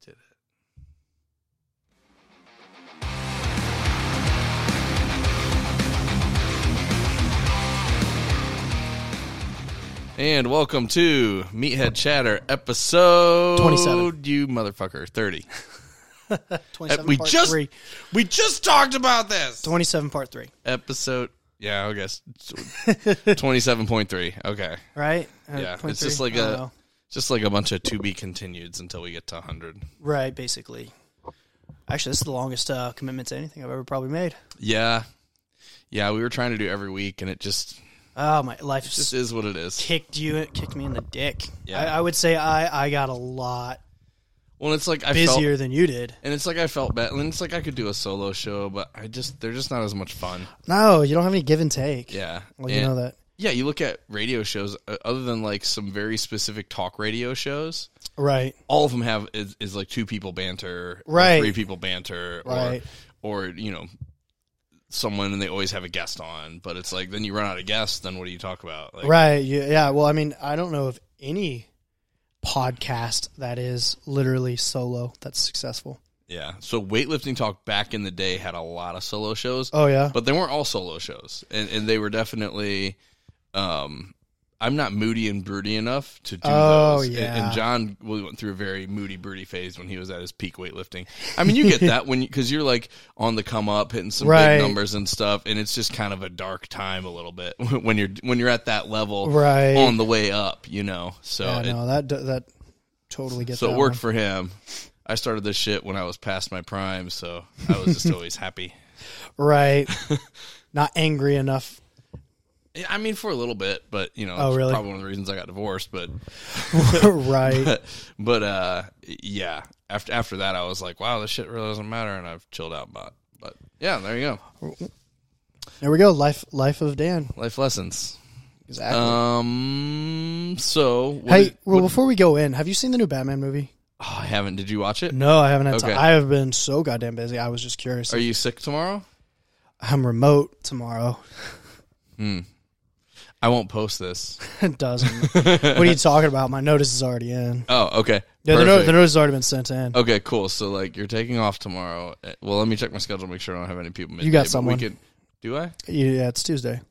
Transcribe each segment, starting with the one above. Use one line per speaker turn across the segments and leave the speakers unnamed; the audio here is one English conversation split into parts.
did it. And welcome to Meathead Chatter episode
27.
You motherfucker, thirty.
27
Uh, we
part
just
three.
we just talked about this
27 part three,
episode. Yeah, I guess twenty-seven point three. Okay,
right? Uh,
yeah,
point
it's
three?
just like
I don't
a
know.
just like a bunch of to be continueds until we get to hundred.
Right, basically. Actually, this is the longest uh, commitment to anything I've ever probably made.
Yeah, yeah, we were trying to do every week, and it just
Oh, my life
just is what it is.
kicked you, kicked me in the dick.
Yeah.
I, I would say I, I got a lot
Well, it's like I felt,
busier than you did.
and it's like I felt bad, and it's like I could do a solo show, but I just they're just not as much fun.
No, you don't have any give and take.
Yeah,
Well, you know
And-
that.
Yeah, you look at radio shows, uh, other than like some very specific talk radio shows.
Right.
all of them have is, is like two people banter, or
Right.
three people banter, or
Right.
or you know someone and they always have a guest on. But it's like then you run out of guests, then what do you talk about? Like,
Right. Yeah, yeah. Well, I mean, I don't know of any podcast that is literally solo that's successful.
Yeah. So weightlifting talk back in the day had a lot of solo shows,
Oh, yeah.
but they weren't all solo shows, and and they were definitely. Um, I'm not moody and broody enough to do
Oh,
those. And- And,
yeah.
John really went through a very moody, broody phase when he was at his peak weightlifting. I mean, you get that when because you, are like on the come up, hitting some
Right.
big numbers and stuff, and it's just kind of a dark time a little bit when you're when you're at that level,
Right.
On the way up, you know. So
yeah,
uh, it-
no, that, that totally gets
so
that
it worked
one.
for him. I started this shit when I was past my prime, so I was just always happy.
Right. Not angry enough.
Yeah, I mean, for a little bit, but you know,
Oh,
it's
really?
probably one of the reasons I got divorced. But,
right.
but uh, yeah, after after that, I was like, wow, this shit really doesn't matter, and I've chilled out. But but yeah, there you go,
There we go. Life life of Dan.
life lessons.
Exactly.
Um, so what
hey,
did-
well,
what-
before we go in, have you seen the new Batman movie?
oh, I haven't. Did you watch it?
No, I haven't had
Okay.
time. I have been so goddamn busy. I was just curious.
Are you sick tomorrow?
I'm remote tomorrow.
I won't post this.
it doesn't. what are you talking about? My notice is already in.
Oh, okay.
Yeah, the, no-
Perfect.
the notice has already been sent in.
Okay, cool. So like you're taking off tomorrow. Uh, Well, let me check my schedule, make sure I don't have any people. Midday,
You got
but we
someone.
could- do I?
Yeah, it's Tuesday. Uh-huh.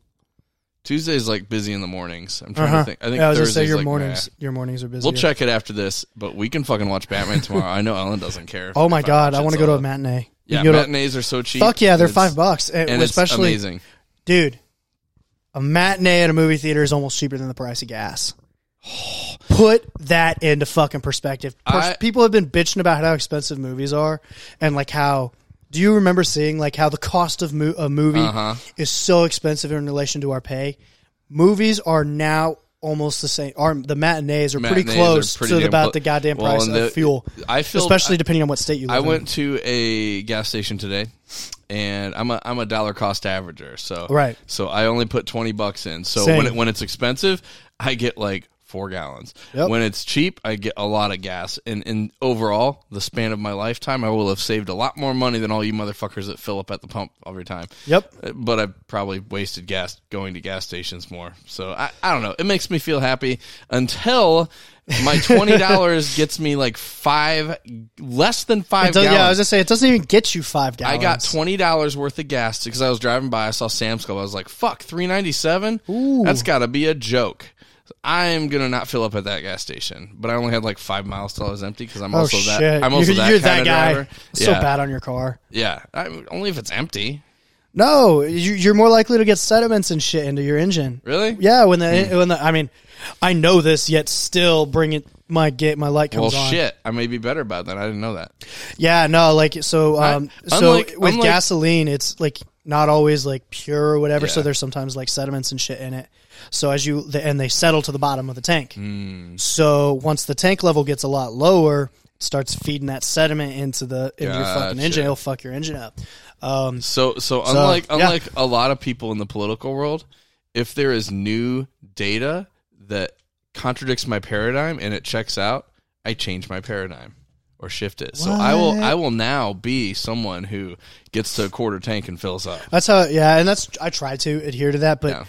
Tuesday's like busy in the mornings. I'm trying to think. I think
yeah, I was
Thursday's
gonna say your
like,
mornings.
nah.
Your mornings are busy.
We'll check it after this, but we can fucking watch Batman tomorrow. I know Ellen doesn't care. if-
Oh my
if
god,
watch
I
it
want to go to
solo.
a matinee.
Yeah,
You can go to-
matinees are so cheap.
fuck yeah, they're
It's-
five bucks, and,
and it's
especially
amazing.
dude, a matinee at a movie theater is almost cheaper than the price of gas. Put that into fucking perspective. Pers-
I-
People have been bitching about how expensive movies are, and like how. Do you remember seeing like how the cost of mo- a movie
Uh-huh.
is so expensive in relation to our pay? Movies are now almost the same. Are the matinees are
Matinees
pretty
are
close
pretty
to
damn
about
clo-
the goddamn
Well,
price
and the-
of fuel,
I feel
especially depending on what state you live
I
in.
went to a gas station today, and I'm a I'm a dollar cost averager, so
Right.
So I only put twenty bucks in. So
Same.
when it, when it's expensive, I get like four gallons.
Yep.
When it's cheap, I get a lot of gas. And and overall, the span of my lifetime, I will have saved a lot more money than all you motherfuckers that fill up at the pump every time.
Yep.
Uh, But I probably wasted gas going to gas stations more. So I, I don't know. It makes me feel happy until my twenty dollars gets me like five less than five
So,
gallons.
yeah, I was gonna say it doesn't even get you five
I
gallons.
got twenty dollars worth of gas because I was driving by. I saw Sam's Club. I was like, "Fuck, three ninety seven. That's got to be a joke." I'm gonna not fill up at that gas station, but I only had like five miles till I was empty because I'm also that. I'm also
Oh, you're,
that
you're
kind
that
of
guy.
driver.
It's
yeah,
So bad on your car.
yeah. I, only if it's empty.
No, you, you're more likely to get sediments and shit into your engine.
Really? Hmm.
Yeah. When the when the I mean, I know this, yet still bring it. My gate, my light
Well,
comes on.
shit. I may be better about that. I didn't know that.
Yeah. No, like so. Um. so
unlike-
with
unlike-
gasoline, it's like not always like pure or whatever. So
Yeah.
there's sometimes like sediments and shit in it. So as you and they settle to the bottom of the tank.
Hmm.
So once the tank level gets a lot lower, it starts feeding that sediment into the into your fucking
Gotcha.
engine. It'll fuck your engine up. Um.
So so unlike
yeah.
unlike a lot of people in the political world, if there is new data that contradicts my paradigm and it checks out, I change my paradigm or shift it. So I will I will now be someone who gets to a quarter tank and fills up.
That's how, yeah, and that's I try to adhere to that, but
Yeah.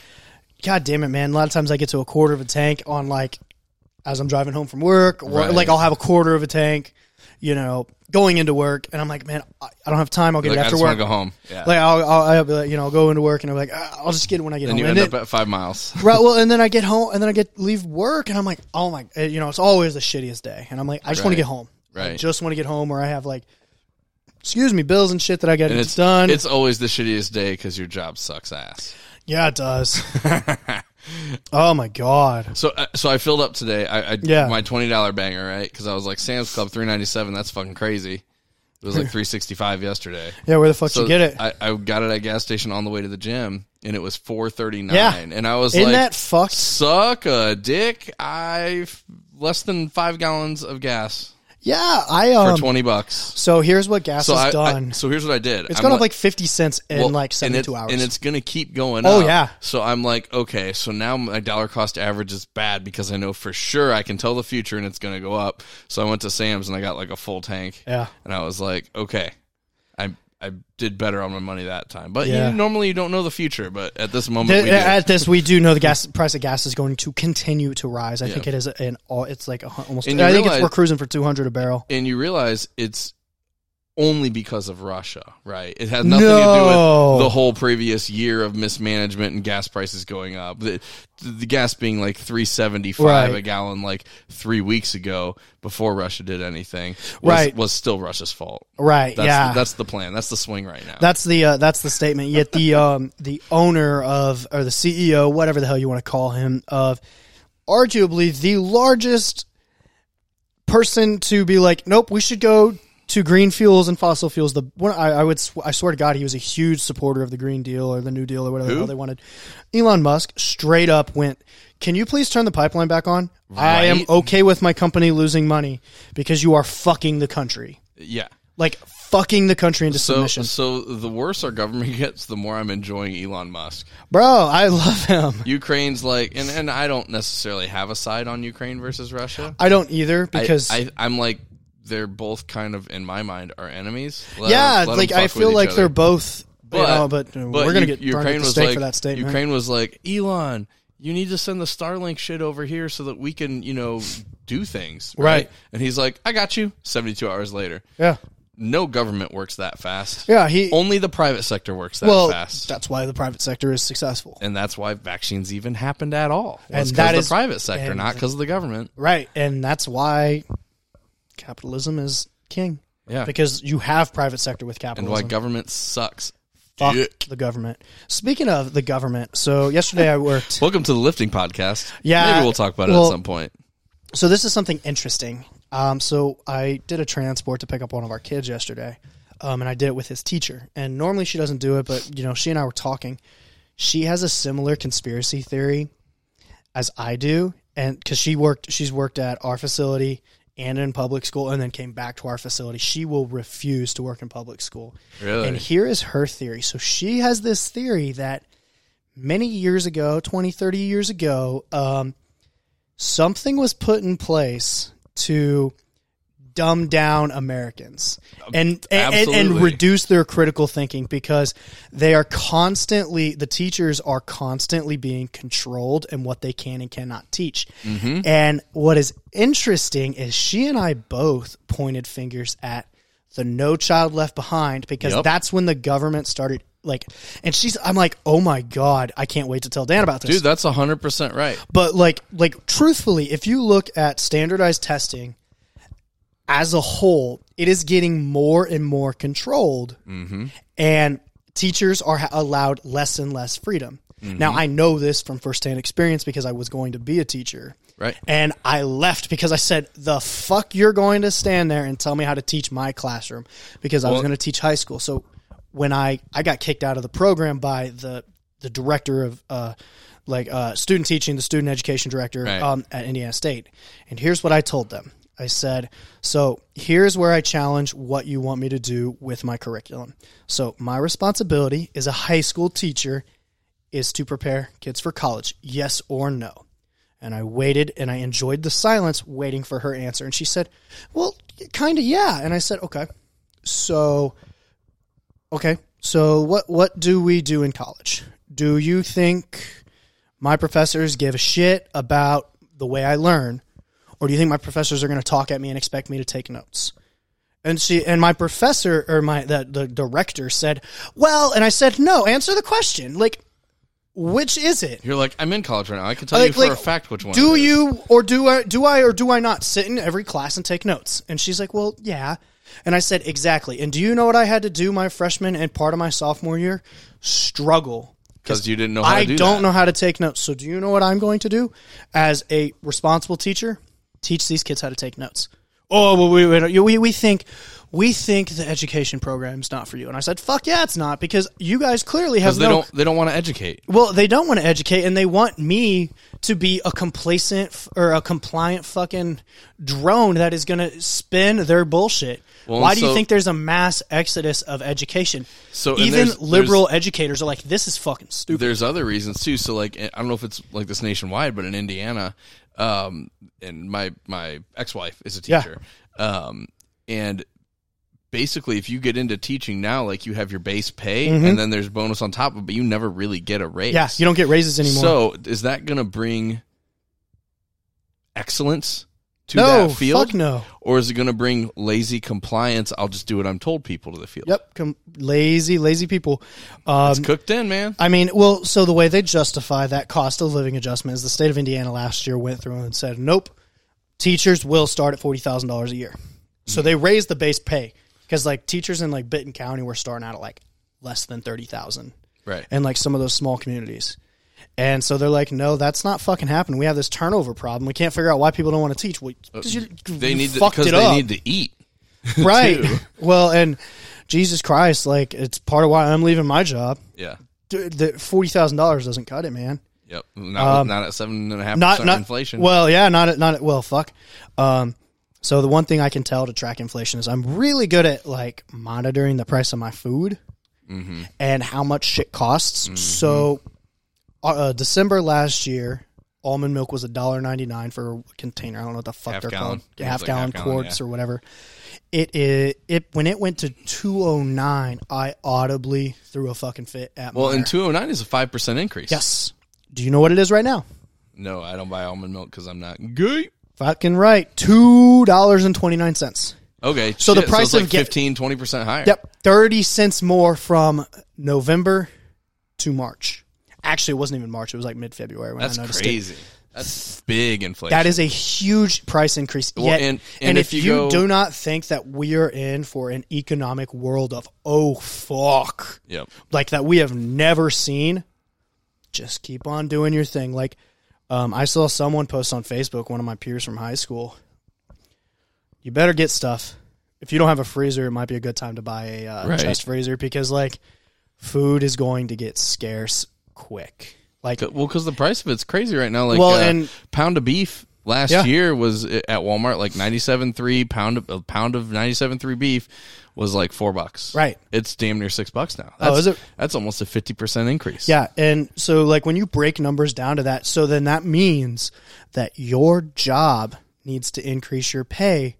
god damn it, man! A lot of times I get to a quarter of a tank on like as I'm driving home from work, or
Right.
like I'll have a quarter of a tank, you know, going into work, and I'm like, man, I I don't have time. I'll get
Like,
it
I
after
just want
work.
to go home. Yeah.
Like I'll, I'll, I'll be like, you know, I'll go into work, and I'm like, "Ah, I'll just get it when I get
and
home.
you
And
end
it-
up at five miles.
right. Well, and then I get home, and then I get leave work, and I'm like, oh my, eh, you know, it's always the shittiest day, and I'm like, I just want to
Right.
get home. I
Right.
just want to get home, or I have like, excuse me, bills and shit that I got to
And
get
it's
done.
It's always the shittiest day because your job sucks ass.
yeah, it does. oh my god.
So, uh, so I filled up today. I, I
Yeah.
my twenty dollar banger, right? Because I was like Sam's Club three ninety seven. That's fucking crazy. It was like three sixty five yesterday.
Yeah, where the fuck
So
you get it?
I, I got it at a gas station on the way to the gym, and it was four thirty nine.
Yeah.
And I was
Isn't
like,
that fucked?
"Suck a dick! I less than five gallons of gas
Yeah, I
for
um.
twenty bucks."
so here's what gas
So
has
I, I-
done.
so here's what I did.
it's gone up like fifty cents in
well,
like
and
seventy two
it's-
hours.
and it's gonna keep going.
Oh,
up.
yeah.
So I'm like, okay, so now my dollar cost average is bad because I know for sure I can tell the future and it's gonna go up. So I went to Sam's and I got like a full tank.
yeah.
And I was like, okay, I I did better on my money that time. But
Yeah.
you, normally you don't know the future, but at this moment
Th-
we do.
at this, we do know the gas price of gas is going to continue to rise. I think it is an all. It's like a, hun- almost.
And you
I think it's,
realize-
we're cruising for two hundred a barrel.
and you realize it's only because of Russia, right? It had nothing to do
No.
with the whole previous year of mismanagement and gas prices going up. The, the gas being like 375
Right.
a gallon like 3 weeks ago before Russia did anything was,
Right.
was still Russia's fault.
Right.
That's
yeah.
that's the plan. That's the swing right now.
That's the uh, that's the statement. Yet the um, the owner of or the CEO, whatever the hell you want to call him, of arguably the largest person to be like, nope, we should go to green fuels and fossil fuels. The one I, I would sw- I swear to God, he was a huge supporter of the Green Deal or the New Deal or whatever the hell they wanted. Elon Musk straight up went. Can you please turn the pipeline back on? I am
Right.
okay with my company losing money because you are fucking the country.
yeah.
Like fucking the country into
So
submission.
so the worse our government gets, the more I'm enjoying Elon Musk.
Bro, I love him.
Ukraine's like and and I don't necessarily have a side on Ukraine versus Russia.
I don't either because
I, I'm like they're both kind of in my mind our enemies. Let 'em-
yeah,
uh, let 'em
like I
fuck with
feel
each
like
other.
they're both. But, you know, but, uh, we're gonna
U-
get Ukraine burned at the stake for that statement.
Ukraine was like Elon. You need to send the Starlink shit over here so that we can, you know, do things.
Right.
And he's like, I got you. 72 hours later.
yeah,
No government works that fast.
yeah. He
Only the private sector works that
well,
fast.
that's why the private sector is successful,
and that's why vaccines even happened at all.
And
It's
that
because
is-
the private sector,
and-
not because of the government.
right? And that's why capitalism is king
Yeah.
because you have private sector with
And why
capitalism.
government sucks.
Fuck
Dick.
the government. Speaking of the government, so yesterday I worked.
Welcome to the lifting podcast.
Yeah.
Maybe we'll talk about it
Well,
at some point.
So this is something interesting. Um, so I did a transport to pick up one of our kids yesterday, um, and I did it with his teacher. And normally she doesn't do it, but you know she and I were talking. She has a similar conspiracy theory as I do, and because she worked, she's worked at our facility and in public school, and then came back to our facility. She will refuse to work in public school.
Really?
And here is her theory. So she has this theory that many years ago, 20, 30 years ago, um, something was put in place to dumb down Americans and and, and, and
Absolutely.
reduce their critical thinking because they are constantly the teachers are constantly being controlled in what they can and cannot teach.
Mm-hmm.
And what is interesting is she and I both pointed fingers at the No Child Left Behind because
Yep.
that's when the government started like and she's I'm like, "Oh my god, I can't wait to tell Dan about this."
Dude, that's 100% right.
But like like truthfully, if you look at standardized testing as a whole, it is getting more and more controlled, and teachers are ha- allowed less and less freedom. Now I know this from firsthand experience because I was going to be a teacher.
Right.
And I left because I said, "The fuck, you're going to stand there and tell me how to teach my classroom?" Because I was going to teach high school. So when I I got kicked out of the program by the the director of uh, like uh, student teaching, the student education director
Right.
um, at Indiana State. And here's what I told them. I said, "So here's where I challenge what you want me to do with my curriculum. So my responsibility as a high school teacher is to prepare kids for college, yes or no. And I waited and I enjoyed the silence waiting for her answer. And she said, Well, kind of, yeah. And I said, Okay. So, okay. So, what, what do we do in college? Do you think my professors give a shit about the way I learn? Or do you think my professors are going to talk at me and expect me to take notes? And she and my professor or my the, the director said, "Well," and I said, "No, answer the question. Like, which is it?
You're like, I'm in college right now. I can tell you
Like-
for
like,
a fact which one.
do
it is."
you or do I do I or do I not sit in every class and take notes? And she's like, "Well, yeah." And I said, "Exactly." And do you know what I had to do my freshman and part of my sophomore year? Struggle.
Because you didn't know how
I
to do
don't
that.
know how to take notes. So do you know what I'm going to do as a responsible teacher? Teach these kids how to take notes. Oh, well, we, we, we, we think we think the education program's not for you. And I said, "Fuck yeah, it's not because you guys clearly have
Because they
no
don't. They don't want to educate.
well, they don't want to educate, and they want me to be a complacent f- or a compliant fucking drone that is going to spin their bullshit.
Well,
Why
and
do you
so-
think there's a mass exodus of education?
So, and
even
there's-
liberal educators are like, "This is fucking stupid."
There's other reasons too. So like, I don't know if it's like this nationwide, but in Indiana, um, and my my ex wife is a
Yeah.
teacher, um, and basically if you get into teaching now, like you have your base pay and then there's bonus on top of, it, but you never really get a raise.
Mm-hmm. Yeah, you don't get raises anymore.
So is that going to bring excellence to
no,
that field?
fuck no.
Or is it going to bring lazy compliance? I'll just do what I'm told people to the field.
Yep, com- lazy, lazy people. Um,
It's cooked in, man.
I mean, well, so the way they justify that cost of living adjustment is the state of Indiana last year went through and said, nope, teachers will start at forty thousand dollars a year. So
Mm-hmm.
they raised the base pay because like teachers in like Benton County were starting out at like less than thirty thousand,
Right.
and like some of those small communities. And so they're like, no, that's not fucking happening. We have this turnover problem. We can't figure out why people don't want to teach. Well, 'cause you,
Uh, They
you
need
fucked
because
it
they
up
need to eat.
right
too.
well and jesus christ like it's part of why i'm leaving my job
Yeah.
D- the $40000 doesn't cut it man
Yep. Not, not at seven and a half
Um, not
percent
not
inflation.
well yeah not at not at well fuck um so the one thing i can tell to track inflation is i'm really good at like monitoring the price of my food
Mm-hmm.
and how much shit costs so uh, uh, december last year almond milk was $1.99 for a container i don't know what the fuck
Half
they're
gallon.
called
Yeah,
half,
it's like
gallon
half gallon,
quarts or whatever it, it it when it went to 209 i audibly threw a fucking fit at
well,
my
and 209 is a 5% increase.
yes do you know what it is right now
No, I don't buy almond milk because I'm not gay.
Fucking right. Two dollars and twenty nine cents.
Okay.
So the
shit,
price
it's like
of get-
15, 20% higher.
Yep. Thirty cents more from November to March. Actually, it wasn't even March. It was like mid February when
That's
I noticed it.
crazy. That's big inflation.
That is a huge price increase. Yet, and,
and- and
if,
if
you,
you go-
do not think that we are in for an economic world of oh fuck,
Yep.
like that we have never seen, just keep on doing your thing. Like, um, I saw someone post on Facebook, one of my peers from high school. You better get stuff. If you don't have a freezer, it might be a good time to buy a uh,
Right.
chest freezer because like food is going to get scarce quick. Like
C- Well, because the price of it's crazy right now. Like,
Well,
uh,
and-
pound of beef last
Yeah.
year was uh, at Walmart like ninety seven three pound of a pound of ninety seven three beef was like four bucks.
Right. Oh,
It's damn near six bucks now. That's,
is it?
That's almost a fifty percent increase.
Yeah, and so like when you break numbers down to that, so then that means that your job needs to increase your pay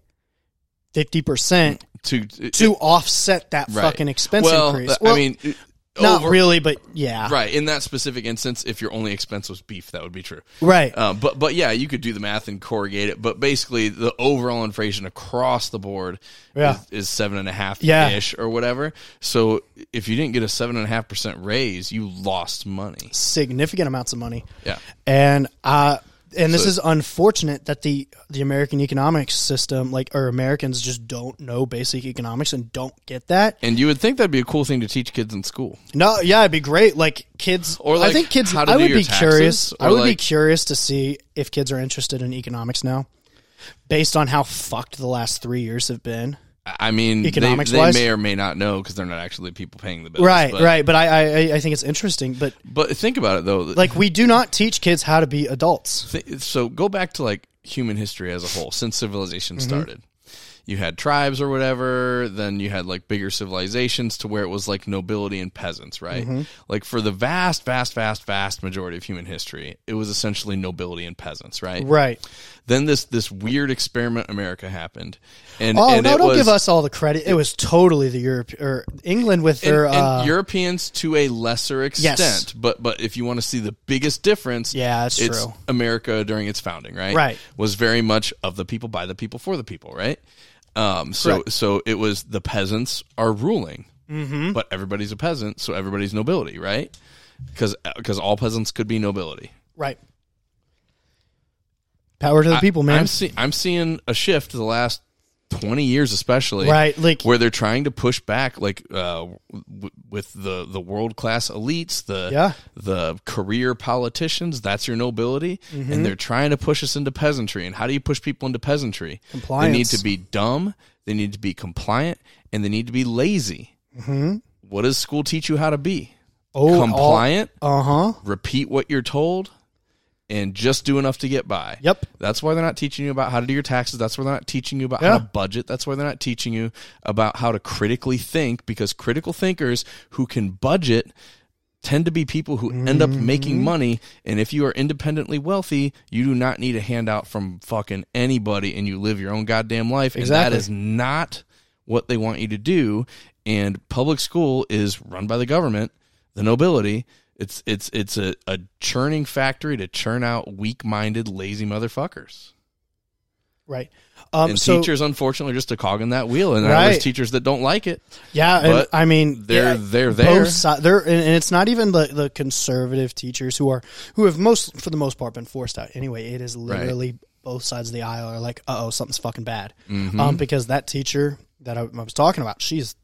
fifty percent
To uh,
to offset that
right.
fucking expense
well,
increase.
th-
Well,
I mean, it-
not
over-
really, but yeah, right.
Right. In that specific instance, if your only expense was beef, that would be true.
right.
Uh, but but yeah, you could do the math and corrugate it. But basically, the overall inflation across the board
Yeah.
is, is seven and a half
Yeah.
ish or whatever. So if you didn't get a seven and a half percent raise, you lost money.
Significant amounts of money.
Yeah,
and uh and this
So-
is unfortunate that the the American economics system, like or Americans, just don't know basic economics and don't get that.
and you would think that'd be a cool thing to teach kids in school.
No, yeah, it'd be great. Like kids,
Or,
I
like,
think kids.
how to
I
do
would
your
be
taxes,
curious. I
or,
would be
like-
curious to see if kids are interested in economics now, based on how fucked the last three years have been.
I I mean, they,
Economics
they
wise?
may or may not know because they're not actually people paying the bills.
Right,
but,
right. But I, I, I think it's interesting. But
But think about it though. Like,
like, we do not teach kids how to be adults.
so go back to like human history as a whole since civilization
Mm-hmm.
started. You had tribes or whatever, then you had like bigger civilizations to where it was like nobility and peasants, right?
Mm-hmm.
Like for the vast, vast, vast, vast majority of human history, it was essentially nobility and peasants, right?
Right.
Then this this weird experiment America happened, and
Oh
and
no!
it
Don't
was,
give us all the credit. It was totally the Europe or England with
and,
their.
and
uh,
Europeans to a lesser extent,
Yes.
but but if you want to see the biggest difference,
Yeah, that's
it's
true.
America during its founding, right?
Right.
was very much of the people, by the people, for the people, right? Um, so
Correct. Mm-hmm.
so it was the peasants are ruling, but everybody's a peasant, so everybody's nobility, right? Because all peasants could be nobility.
Right. Power to the people, man.
I'm see- I'm seeing a shift the last twenty years, especially
Right, like-
where they're trying to push back, like uh, w- with the the world class elites, the
Yeah.
the career politicians. That's your nobility,
Mm-hmm.
and they're trying to push us into peasantry. And how do you push people into peasantry? They need
Compliance.
to be dumb. They need to be compliant, and they need to be lazy. What does school teach you how to be?
Mm-hmm. oh,
Compliant,
Uh huh.
repeat what you're told, and just do enough to get by.
Yep.
That's why they're not teaching you about how to do your taxes. That's why they're not teaching you about
Yeah.
how to budget. That's why they're not teaching you about how to critically think because critical thinkers who can budget tend to be people who end up
Mm-hmm.
making money. And if you are independently wealthy, you do not need a handout from fucking anybody and you live your own goddamn life. And
Exactly.
that is not what they want you to do. And public school is run by the government, the nobility. It's it's it's a, a churning factory to churn out weak minded, lazy motherfuckers.
Right. Um,
And
so
teachers, unfortunately, are just a cog in that wheel. And
Right.
there's teachers that don't like it.
yeah, and,
but
I mean
They're
yeah,
they're there.
Both sides, they're, and and it's not even the, the conservative teachers who are who have most for the most part been forced out. Anyway, it is literally both sides of the aisle are like, uh oh, something's fucking bad,
Mm-hmm.
um, because that teacher that I, I was talking about, she's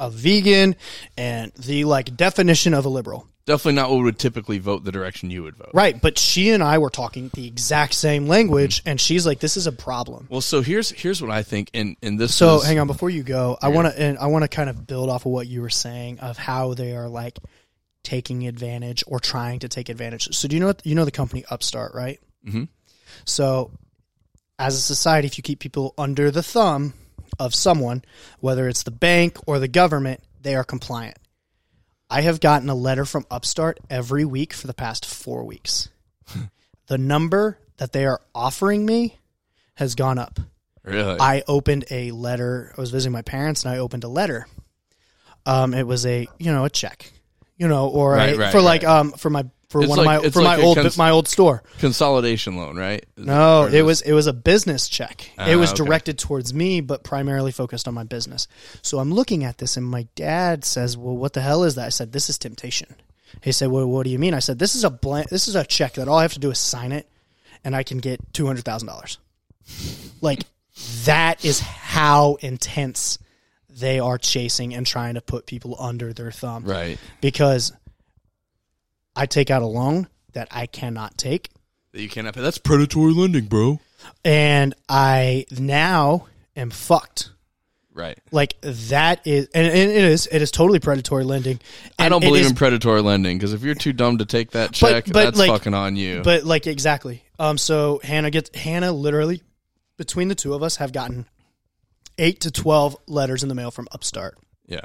a vegan and the like definition of a liberal,
Definitely not what would typically vote the direction you would vote.
right? But she and I were talking the exact same language,
Mm-hmm.
and she's like, this is a problem.
Well, so here's here's what I think, and and this
So
is-
hang on before you go. I want to and I want to kind of build off of what you were saying of how they are like taking advantage or trying to take advantage. So do you know what, you know the company Upstart, right? Mm-hmm. So as a society, if you keep people under the thumb of someone, whether it's the bank or the government, they are compliant. I have gotten a letter from Upstart every week for the past four weeks. the number that they are offering me has gone up.
really
I opened a letter. I was visiting my parents, and I opened a letter. Um, it was a you know a check, you know, or
Right,
a,
right,
for like um for my for
It's
one
like-
of my
it's
for
like
my
a
old
cons-
my old store.
consolidation loan, right?
No, it was it was a business check. it
Ah,
was
okay.
directed towards me, but primarily focused on my business. So I'm looking at this, and my dad says, "Well, what the hell is that?" I said, "This is temptation." He said, "Well, what do you mean?" I said, "This is a blank. This is a check that all I have to do is sign it, and I can get two hundred thousand dollars." Like that is how intense they are chasing and trying to put people under their thumb
right.
because I take out a loan that I cannot take
That you cannot pay. That's predatory lending, bro.
and I now am fucked.
Right.
Like that is, and, and it is, it is totally predatory lending.
I
And
don't
it
believe
is-
in predatory lending because if you're too dumb to take that check,
but,
that's
like-
fucking on you.
but like exactly. Um, so Hannah gets Hannah literally between the two of us have gotten eight to twelve letters in the mail from Upstart
yeah,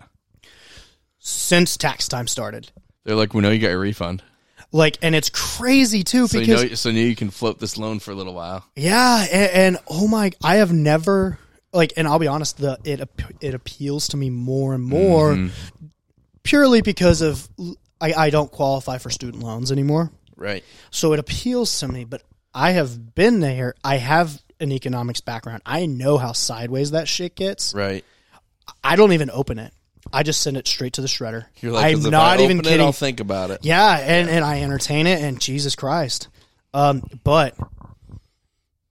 since tax time started.
they're like, we know you got your refund,
Like, and it's crazy too
so
because
you know, so now you can float this loan for a little while.
Yeah, and, and oh my, I have never like, and I'll be honest, the it ap- it appeals to me more and more,
Mm-hmm.
purely because of l- I, I don't qualify for student loans anymore,
Right.
so it appeals to me. But I have been there. I have an economics background. I know how sideways that shit gets.
Right.
I don't even open it. I just send it straight to the shredder.
You're like,
I'm
'cause if
not
I open
even
it,
kidding.
I'll think about it.
Yeah, and, and I entertain it, and Jesus Christ, um, but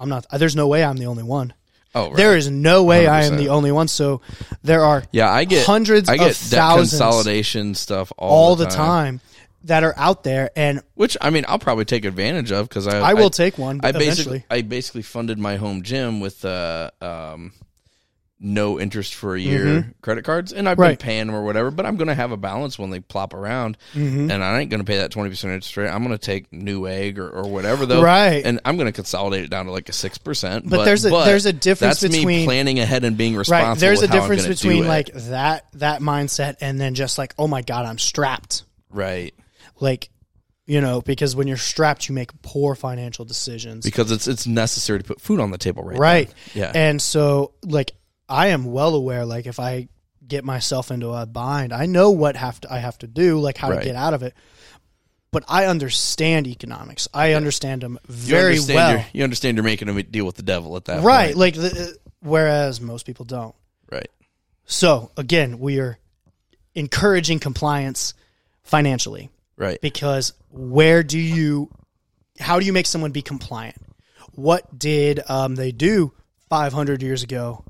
I'm not. There's no way I'm the only one.
Oh, right.
There is no way I am
100%.
the only one. So there are
yeah, I get
hundreds
I get
of
debt
thousands
consolidation stuff all,
all the time that are out there, and
Which I mean, I'll probably take advantage of because I
I will take one
I
eventually.
basically I basically funded my home gym with uh um no interest for a year credit cards, and I've
Mm-hmm. Right.
been paying them or whatever. But I'm going to have a balance when they plop around,
Mm-hmm.
and I ain't going to pay that twenty percent interest rate. I'm going to take New Egg or, or whatever though,
Right.
And I'm going to consolidate it down to like a six percent.
But there's a- there's a difference
that's me
between-
planning ahead and being responsible.
right there's a
with how I'm
difference
gonna do
between
it.
like that that mindset and then just like oh my god I'm strapped
right
like you know because when you're strapped you make poor financial decisions
because it's it's necessary to put food on the table right.
right
Yeah.
and so like I am well aware like if I get myself into a bind I know what have to I have to do like how
Right.
to get out of it. But I understand economics. I understand them
You
very
understand
well.
You're, you understand you're making a deal with the devil at that
right
point.
like the, whereas most people don't.
Right.
So again, we are encouraging compliance financially
Right.
because where do you, how do you make someone be compliant? What did um, they do 500 years ago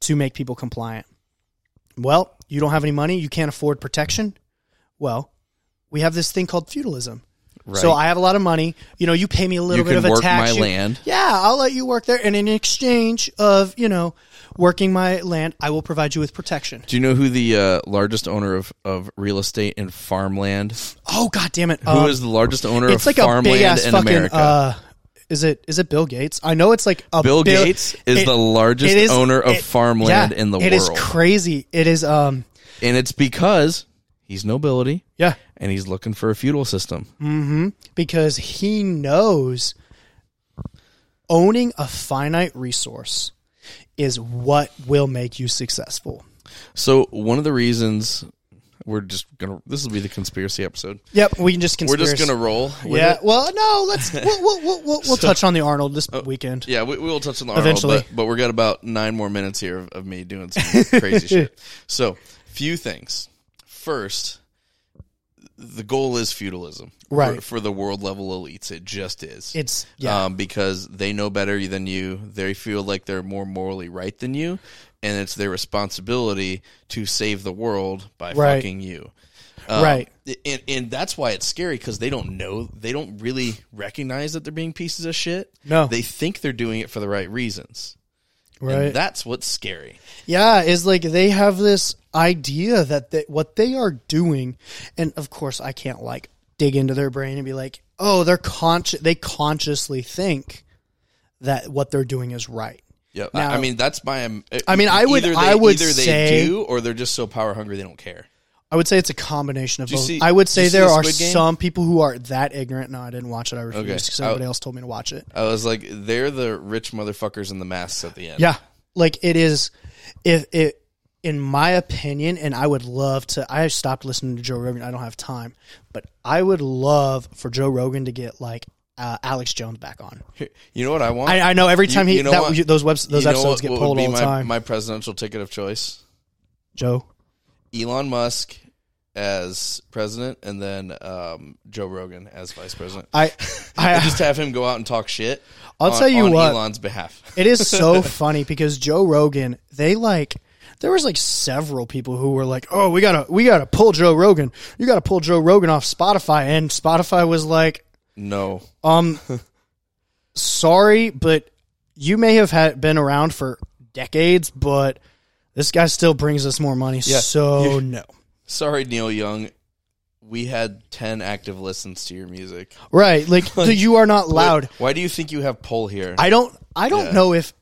to make people compliant? Well, you don't have any money, you can't afford protection. Well, we have this thing called feudalism.
Right.
So I have a lot of money. You know, you pay me a little
You
bit
can
of a
work
tax.
my
you-
land.
Yeah, I'll let you work there, and in exchange of you know working my land, I will provide you with protection.
Do you know who the uh, largest owner of, of real estate and farmland? Who
Oh God damn it!
is
Um,
the largest owner
it's
of
like a big
farmland
ass
in
fucking.
America?
Uh, is it is it Bill Gates? I know it's like a
Bill
bill-
Gates is
it-
the largest
it is-
owner of
it-
farmland
yeah,
in the
It is
world.
crazy. It is um
and it's because he's nobility
yeah
and he's looking for a feudal system.
because he knows owning a finite resource is what will make you successful.
So one of the reasons we're just gonna this will be the conspiracy episode.
Yep, we can just
We're
conspiracy.
just gonna roll. With
yeah.
it. uh,
Well, no. Let's we'll we'll, we'll, we'll, we'll touch on the Arnold this weekend.
Yeah, we, we will touch on the Arnold,
Eventually.
but, but we're got about nine more minutes here of, of me doing some crazy shit. So, few things. First, the goal is feudalism, For,
Right.
for the world level elites, it just is.
It's yeah.
um, because they know better than you. They feel like they're more morally right than you, and it's their responsibility to save the world by
Right.
fucking you. Um,
Right.
and, and that's why it's scary because they don't know they don't really recognize that they're being pieces of shit
No.
they think they're doing it for the right reasons
right.
and that's what's scary
Yeah, is like they have this idea that they, what they are doing, and of course I can't like dig into their brain and be like, oh, they're conscious. They consciously think that what they're doing is right.
yeah I- I,
Now-
mean that's my um, e-,
I mean, I would-
either they,
I would
either
say-
they do or they're just so power hungry they don't care
I would say it's a combination of
you
both.
see-
I would
did
say
you see
there
the
are
Squid Game?
some people who are that ignorant. No, I didn't watch it. I refused
Okay.
because
I-
everybody else told me to watch it.
i was like they're the rich motherfuckers in the masks at the end
Yeah, like it is. If it, in my opinion, and I would love to. I stopped listening to Joe Rogan. I don't have time, but I would love for Joe Rogan to get like uh, Alex Jones back on.
you know what i want
I, I know every
You-
time he
you know
that,
what?
you- those webs, those
You know what-
episodes get
what would
pulled
be
all the
my,
time.
my presidential ticket of choice
Joe,
Elon Musk as president, and then um, Joe Rogan as vice president.
I,
I
I,
just have him go out and talk shit.
Uh, I'll
on-
tell you
on
what.
Elon's behalf.
it is so funny because Joe Rogan, they like. There was like several people who were like, "Oh, we gotta, we gotta pull Joe Rogan. You gotta pull Joe Rogan off Spotify." And Spotify was like,
No,
Um, sorry, but you may have had been around for decades, but this guy still brings us more money.
Yeah,
so no,
sorry, Neil Young. We had ten active listens to your music.
right? Like, the you are not loud.
Why do you think you have poll here?
I don't. I don't know if.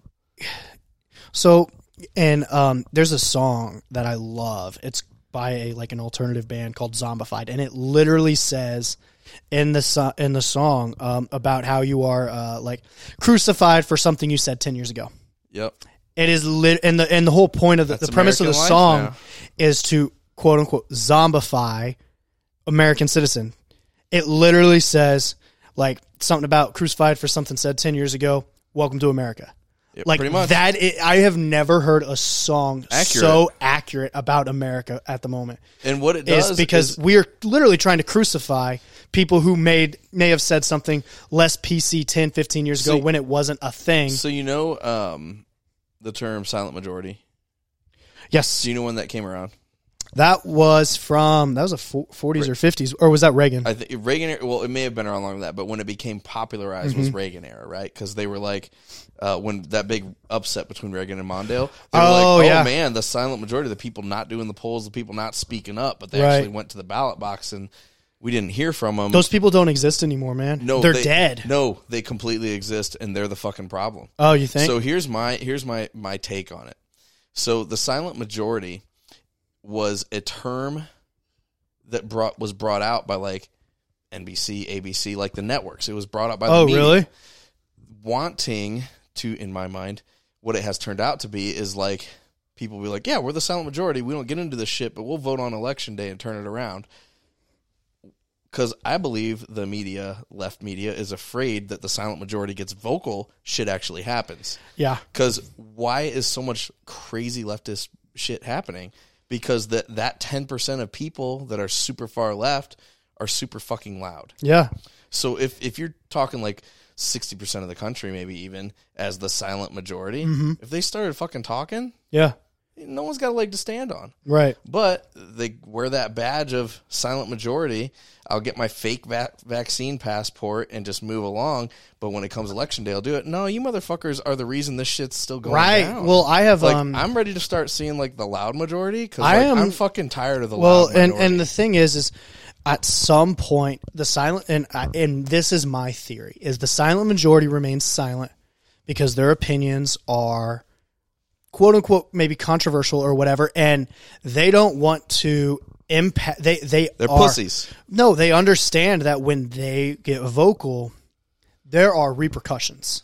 So, and um, there's a song that I love. It's by a like an alternative band called Zombified, and it literally says in the so- in the song um, about how you are uh, like crucified for something you said ten years ago.
yep.
It is lit, and the and the whole point of the, the premise of the
American life
song
now.
is to quote unquote zombify American citizen. It literally says like something about crucified for something said ten years ago. Welcome to America.
Yep,
Like
pretty much.
that, i I have never heard a song
Accurate.
so accurate about America at the moment.
and what it does
Is because
is-
we are literally trying to crucify people who made may have said something less PC 10, 15 years ago
So-
when it wasn't a thing.
so you know um, the term silent majority.
yes,
Do you know when that came around?
That was from that was a fo- 40s or 50s or was that Reagan?
I think Reagan. era- Well, it may have been around longer than that, but when it became popularized was
Mm-hmm.
Reagan era, right? Because they were like, uh, when that big upset between Reagan and Mondale, they were
Oh,
like, "Oh
yeah.
man, the silent majority, the people not doing the polls, the people not speaking up, but they
Right.
actually went to the ballot box and we didn't hear from them.
Those people don't exist anymore, man.
no,
they're
they-
dead.
No, they completely exist, and they're the fucking problem.
oh, you think?
So uh, here's my here's my my take on it. So the silent majority was a term that brought was brought out by like NBC, ABC, like the networks. It was brought out by the
oh,
media.
really?
wanting to in my mind what it has turned out to be is like people be like, "Yeah, we're the silent majority. We don't get into this shit, but we'll vote on election day and turn it around." because I believe the media, left media, is afraid that the silent majority gets vocal, shit actually happens.
Yeah.
Because why is so much crazy leftist shit happening? Because that that ten percent of people that are super far left are super fucking loud.
Yeah.
So if if you're talking like sixty percent of the country, maybe even as the silent majority, if they started fucking talking,
Yeah.
no one's got a leg to stand on.
Right.
But they wear that badge of silent majority. I'll get my fake vac- vaccine passport and just move along. But when it comes election day, I'll do it. No, you motherfuckers are the reason this shit's still going
Right.
down.
Well, I have
like,
um
I'm ready to start seeing like the loud majority because
I
like,
am-
I'm fucking tired of the
well
loud
and
majority.
and the thing is is at some point the silent and I, and this is my theory is the silent majority remains silent because their opinions are quote unquote maybe controversial or whatever and they don't want to impact they they
They're
are-
pussies.
no they understand that when they get vocal there are repercussions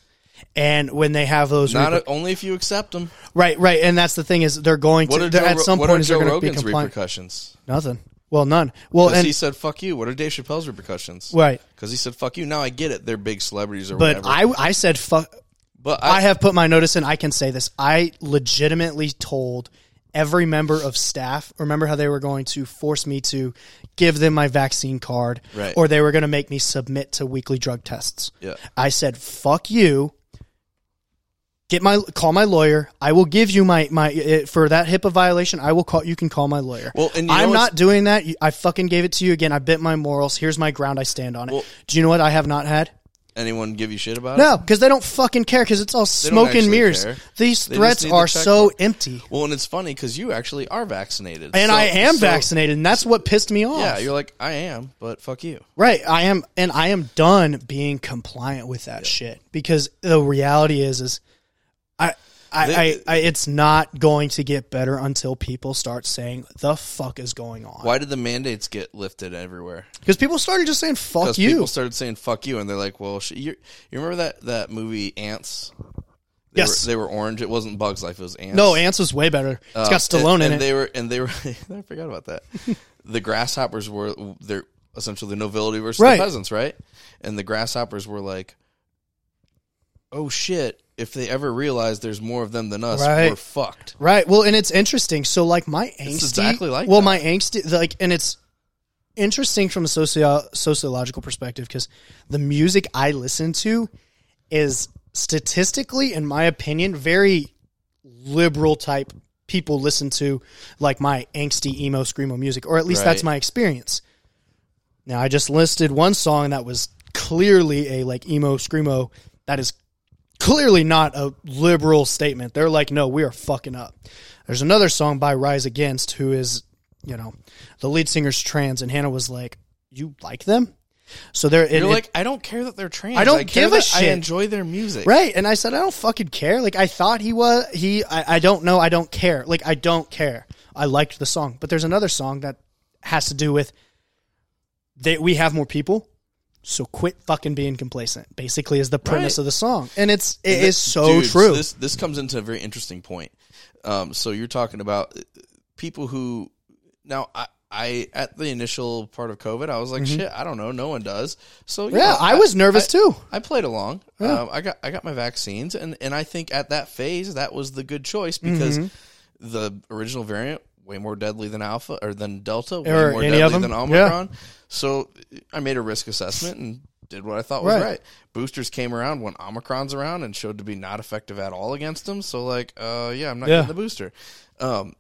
and when they have those
Not
reper-
a, only if you accept them.
right right and that's the thing is they're going
What
to
are Joe,
they're- at
Ro-
some
what
point
are
is they're
Joe
going to be
Rogan's
compliant
repercussions?
Nothing. Well, none. Well,
Because
and
he said "fuck you." What are Dave Chappelle's repercussions?
right,
Because he said "fuck you." Now I get it. They're big celebrities or
but
whatever.
I I said fuck.
but
I have put my notice in. I can say this. I legitimately told every member of staff. Remember how they were going to force me to give them my vaccine card,
Right.
or they were going to make me submit to weekly drug tests.
yeah.
I said fuck you. Get my call my lawyer. I will give you my my eh, for that HIPAA violation. I will call. You can call my lawyer.
Well, and you know
I'm
what's-
not doing that. You- I fucking gave it to you again. I bit my morals. Here's my ground. I stand on it.
Well-
Do you know what I have not had?
Anyone give you shit about it?
No, because they don't fucking care. Because it's all
don't
smoke and
actually
mirrors.
care.
These
They just
threats
need to
are
check
so
it.
empty.
Well, and it's funny because you actually are vaccinated,
And
So-
I am
so-
vaccinated, and that's what pissed me off.
Yeah, you're like I am, but fuck you.
Right. I am and I am done being compliant with that shit because the reality is is I I,
They-
I, I it's not going to get better until people start saying the fuck is going on.
Why did the mandates get lifted everywhere?
Because people started just saying fuck
Because
you.
people started saying "fuck you," and they're like, "Well, sh- you you remember that that movie Ants? They
Yes.
were, they were orange. It wasn't Bugs Life. It was Ants.
no, Ants was way better. it's got
Um,
Stallone
and,
in
and
it.
They were and they were. I forgot about that. the grasshoppers were they're essentially the nobility versus
Right.
the peasants, right? And the grasshoppers were like, "Oh shit! If they ever realize there's more of them than us,
Right.
we're fucked."
Right. Well, and it's interesting. So, like my angsty,
exactly like
well,
that.
my angsty, like, and it's interesting from a socio- sociological perspective because the music I listen to is statistically, in my opinion, very liberal type people listen to, like my angsty emo screamo music, or at least that's
Right.
my experience. Now, I just listed one song that was clearly a like emo screamo that is clearly not a liberal statement. They're like, no, we are fucking up. There's another song by Rise Against, who is, you know, the lead singer's trans, and Hannah was like, you like them? So they're
You're like, I don't care that they're trans.
I don't
care
give a
that I
shit."
enjoy their music.
right, and I said, I don't fucking care. Like I thought he was he. I, I don't know. I don't care. Like I don't care. I liked the song, but there's another song that has to do with that we have more people. So quit fucking being complacent. Basically, is the premise
Right.
of the song, and it's it is so
Dude,
true.
This this comes into a very interesting point. Um, so you're talking about uh, people who now I, I at the initial part of COVID, I was like, shit, I don't know, no one does. So you
Mm-hmm. yeah,
know,
I, was nervous too.
I played along. Um, I got I got my vaccines, and and I think at that phase that was the good choice because
Mm-hmm.
the original variant way more deadly than alpha or than delta, way
Or
more
any
deadly
of them.
than
Yeah.
omicron. So I made a risk assessment and did what I thought was
Right.
right. Boosters came around when omicron's around and showed to be not effective at all against them. So like, uh, yeah, I'm not
Yeah.
getting the booster. Um,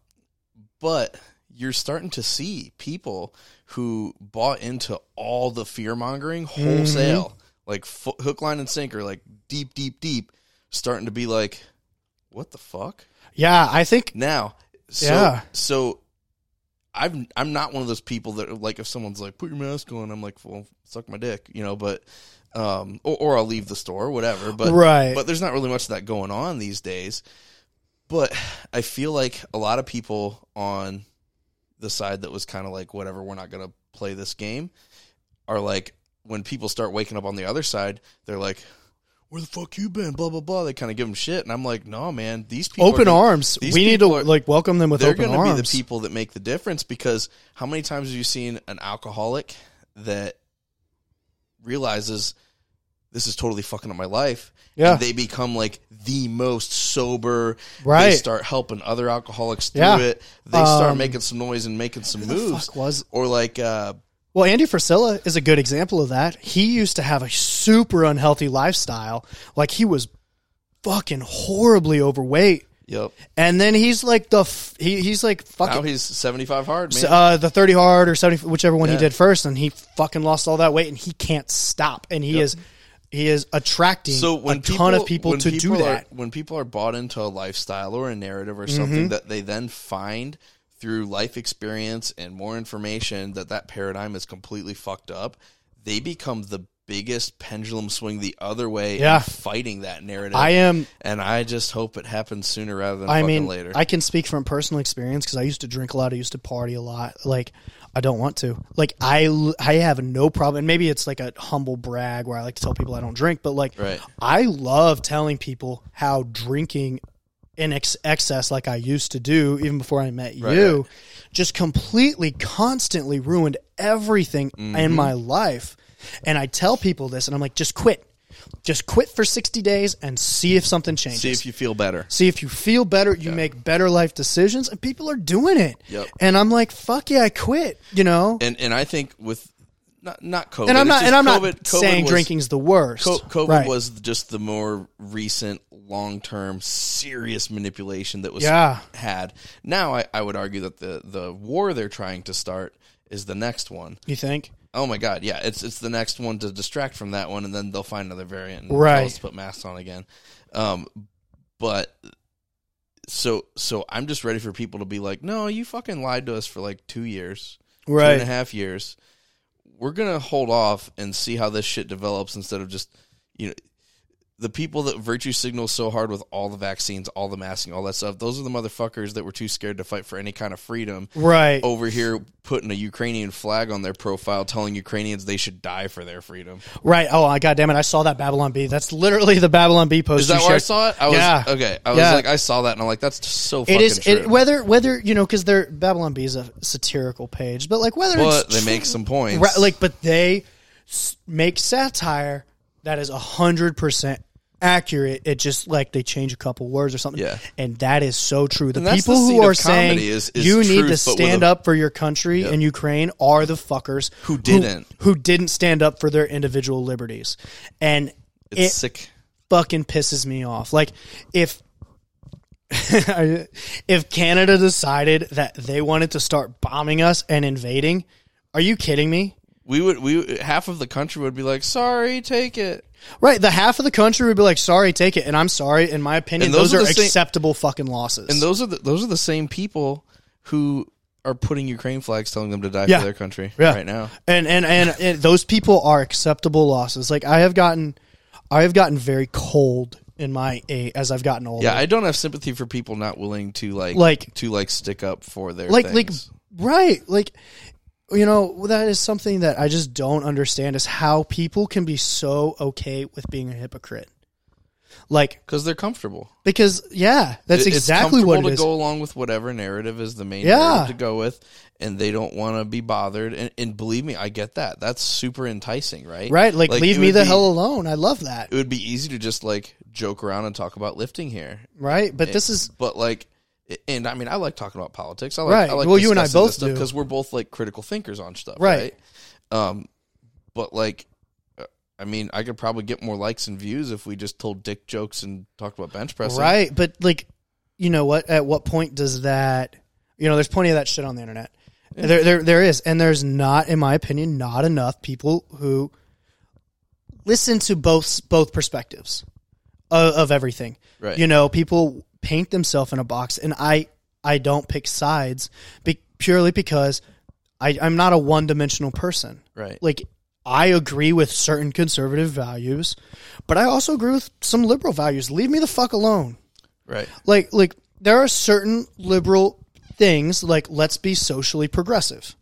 but you're starting to see people who bought into all the fear mongering wholesale, like fo- hook, line, and sinker, like deep, deep, deep, starting to be like, what the fuck?
Yeah, I think
Now, so,
Yeah.
so I've, I'm not one of those people that are like, if someone's like, put your mask on, I'm like, well, suck my dick, you know, but, um, or, or I'll leave the store, whatever. But,
right.
but there's not really much of that going on these days. But I feel like a lot of people on the side that was kind of like, whatever, we're not going to play this game, are like, when people start waking up on the other side, they're like, where the fuck you been? Blah blah blah. They kind of give them shit, and I'm like, no, man. These people
open
are gonna-
arms. We
these
need to
people are-
like welcome them with
they're
open
going to
arms.
be the people that make the difference because how many times have you seen an alcoholic that realizes this is totally fucking up my life.
Yeah.
And they become like the most sober. They
Right.
start helping other alcoholics through
Yeah.
it. They start
Um,
making some noise and making some
Who the
moves.
fuck was
Or like uh
Well, Andy Frisella is a good example of that. He used to have a super unhealthy lifestyle. Like he was fucking horribly overweight.
yep.
And then he's like the f- he, he's like
Now
fucking
he's seventy five hard, man.
uh, the 30 hard or 70 whichever one
Yeah.
he did first and he fucking lost all that weight and he can't stop and he is he is attracting
so when
a ton
people,
of people
when
to
people
do
are-
that. Mm-hmm.
when people are bought into a lifestyle or a narrative or something that they then find through life experience and more information that that paradigm is completely fucked up, they become the biggest pendulum swing the other way in
Yeah.
fighting that narrative.
I am
and I just hope it happens sooner rather than
I
fucking
mean,
later.
I can speak from personal experience because I used to drink a lot. I used to party a lot. Like, I don't want to. Like, I l- I have no problem. And maybe it's like a humble brag where I like to tell people I don't drink, but like,
Right.
I love telling people how drinking in ex- excess, like I used to do even before I met you, just completely, constantly ruined everything
Mm-hmm.
in my life. And I tell people this, and I'm like, just quit. Just quit for 60 days and see if something changes.
See if you feel better.
See if you feel better, you make better life decisions, and people are doing it.
Yep.
And I'm like, fuck yeah, I quit. You know, and,
And and I think with not not COVID
I'm
it's
not,
just
and I'm not
COVID
saying
was-
drinking's the worst.
Co- COVID
Right.
was just the more recent, long term, serious manipulation that was
Yeah.
had. Now I, I would argue that the the war they're trying to start is the next one.
You think?
Oh my god, yeah, it's it's the next one to distract from that one, and then they'll find another variant and
Right.
tell us to put masks on again. Um, but so so I'm just ready for people to be like, no, you fucking lied to us for like two years two and a
Right.
half years. We're gonna hold off and see how this shit develops instead of just you know the people that virtue signal so hard with all the vaccines, all the masking, all that stuff. Those are the motherfuckers that were too scared to fight for any kind of freedom.
Right.
Over here, putting a Ukrainian flag on their profile, telling Ukrainians they should die for their freedom.
Right. Oh, I God damn it! I saw that Babylon B. That's literally the Babylon B post.
Is that
you
where I
shared.
saw it? I was
Yeah.
okay. I was
Yeah.
like, I saw that, and I'm like, that's so fucking
It is
true.
it, whether whether you know because they're Babylon B is a satirical page, but like whether
but
it's
they
tr-
make some points.
Right, like, but they s- make satire that is hundred percent accurate. It just like they change a couple words or something.
Yeah.
and that is so true. The
And that's
people
the
who
seed
are
of comedy
saying
is- is
you
truth,
need to
but with
stand
a-
up for your country and Ukraine are the fuckers
Who didn't.
who, didn't stand up for their individual liberties, and
it's
it
sick.
fucking pisses me off. Like if if Canada decided that they wanted to start bombing us and invading, are you kidding me?
We would we half of the country would be like, sorry, take it.
Right, the half of the country would be like, "Sorry, take it," and I'm sorry. In my opinion,
And those
those,
are
are,
the same-
acceptable fucking losses.
And those are the, those are the same people who are putting Ukraine flags, telling them to die
Yeah.
for their country
Yeah.
right now.
and, and and and those people are acceptable losses. Like I have gotten, I have gotten very cold in my a as I've gotten older.
Yeah, I don't have sympathy for people not willing to like
Like-
to like stick up for their
like
things.
like right, like you know that is something that I just don't understand is how people can be so okay with being a hypocrite. Like
because they're comfortable.
because yeah, that's
It- it's
exactly what
comfortable
it is.
to go along with whatever narrative is the main
Yeah.
narrative to go with, and they don't want to be bothered. And, and believe me, I get that. That's super enticing, right?
Right, like, leave
it
me
would
the
be-
hell alone. I love that.
It would be easy to just like joke around and talk about lifting here
Right, but this is
but like and I mean I like talking about politics. I like
Right.
I like
Well, you and I both do.
because we're both like critical thinkers on stuff, right?
Right.
Um but like uh, I mean, I could probably get more likes and views if we just told dick jokes and talked about bench pressing.
Right, but like, you know what? At what point does that? You know, there's plenty of that shit on the internet. There, there, there is, and there's not, in my opinion, not enough people who listen to both both perspectives of, of everything.
Right.
You know, people paint themselves in a box, and I I don't pick sides be, purely because I, I'm not a one dimensional person
Right.
like I agree with certain conservative values, but I also agree with some liberal values. Leave me the fuck alone.
right.
Like like there are certain liberal things like let's be socially progressive.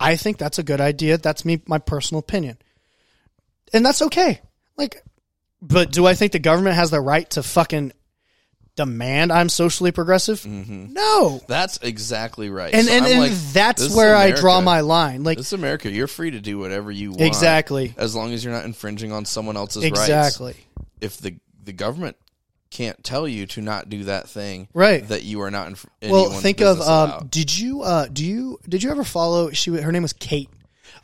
I think that's a good idea. That's me my personal opinion. And that's okay. Like but do I think the government has the right to fucking demand I'm socially progressive. No.
That's exactly right. Mm-hmm.
And
So
and,
I'm
and
like, this
that's
is
where I
America.
draw my line. Like
This is America. You're free to do whatever you want.
exactly.
As long as you're not infringing on someone else's rights.
Exactly.
If the the government can't tell you to not do that thing,
Right.
That you are not. Inf-
Well,
anyone's
think of
business
um,
about.
did you uh, do you did you ever follow? She her name was Kate,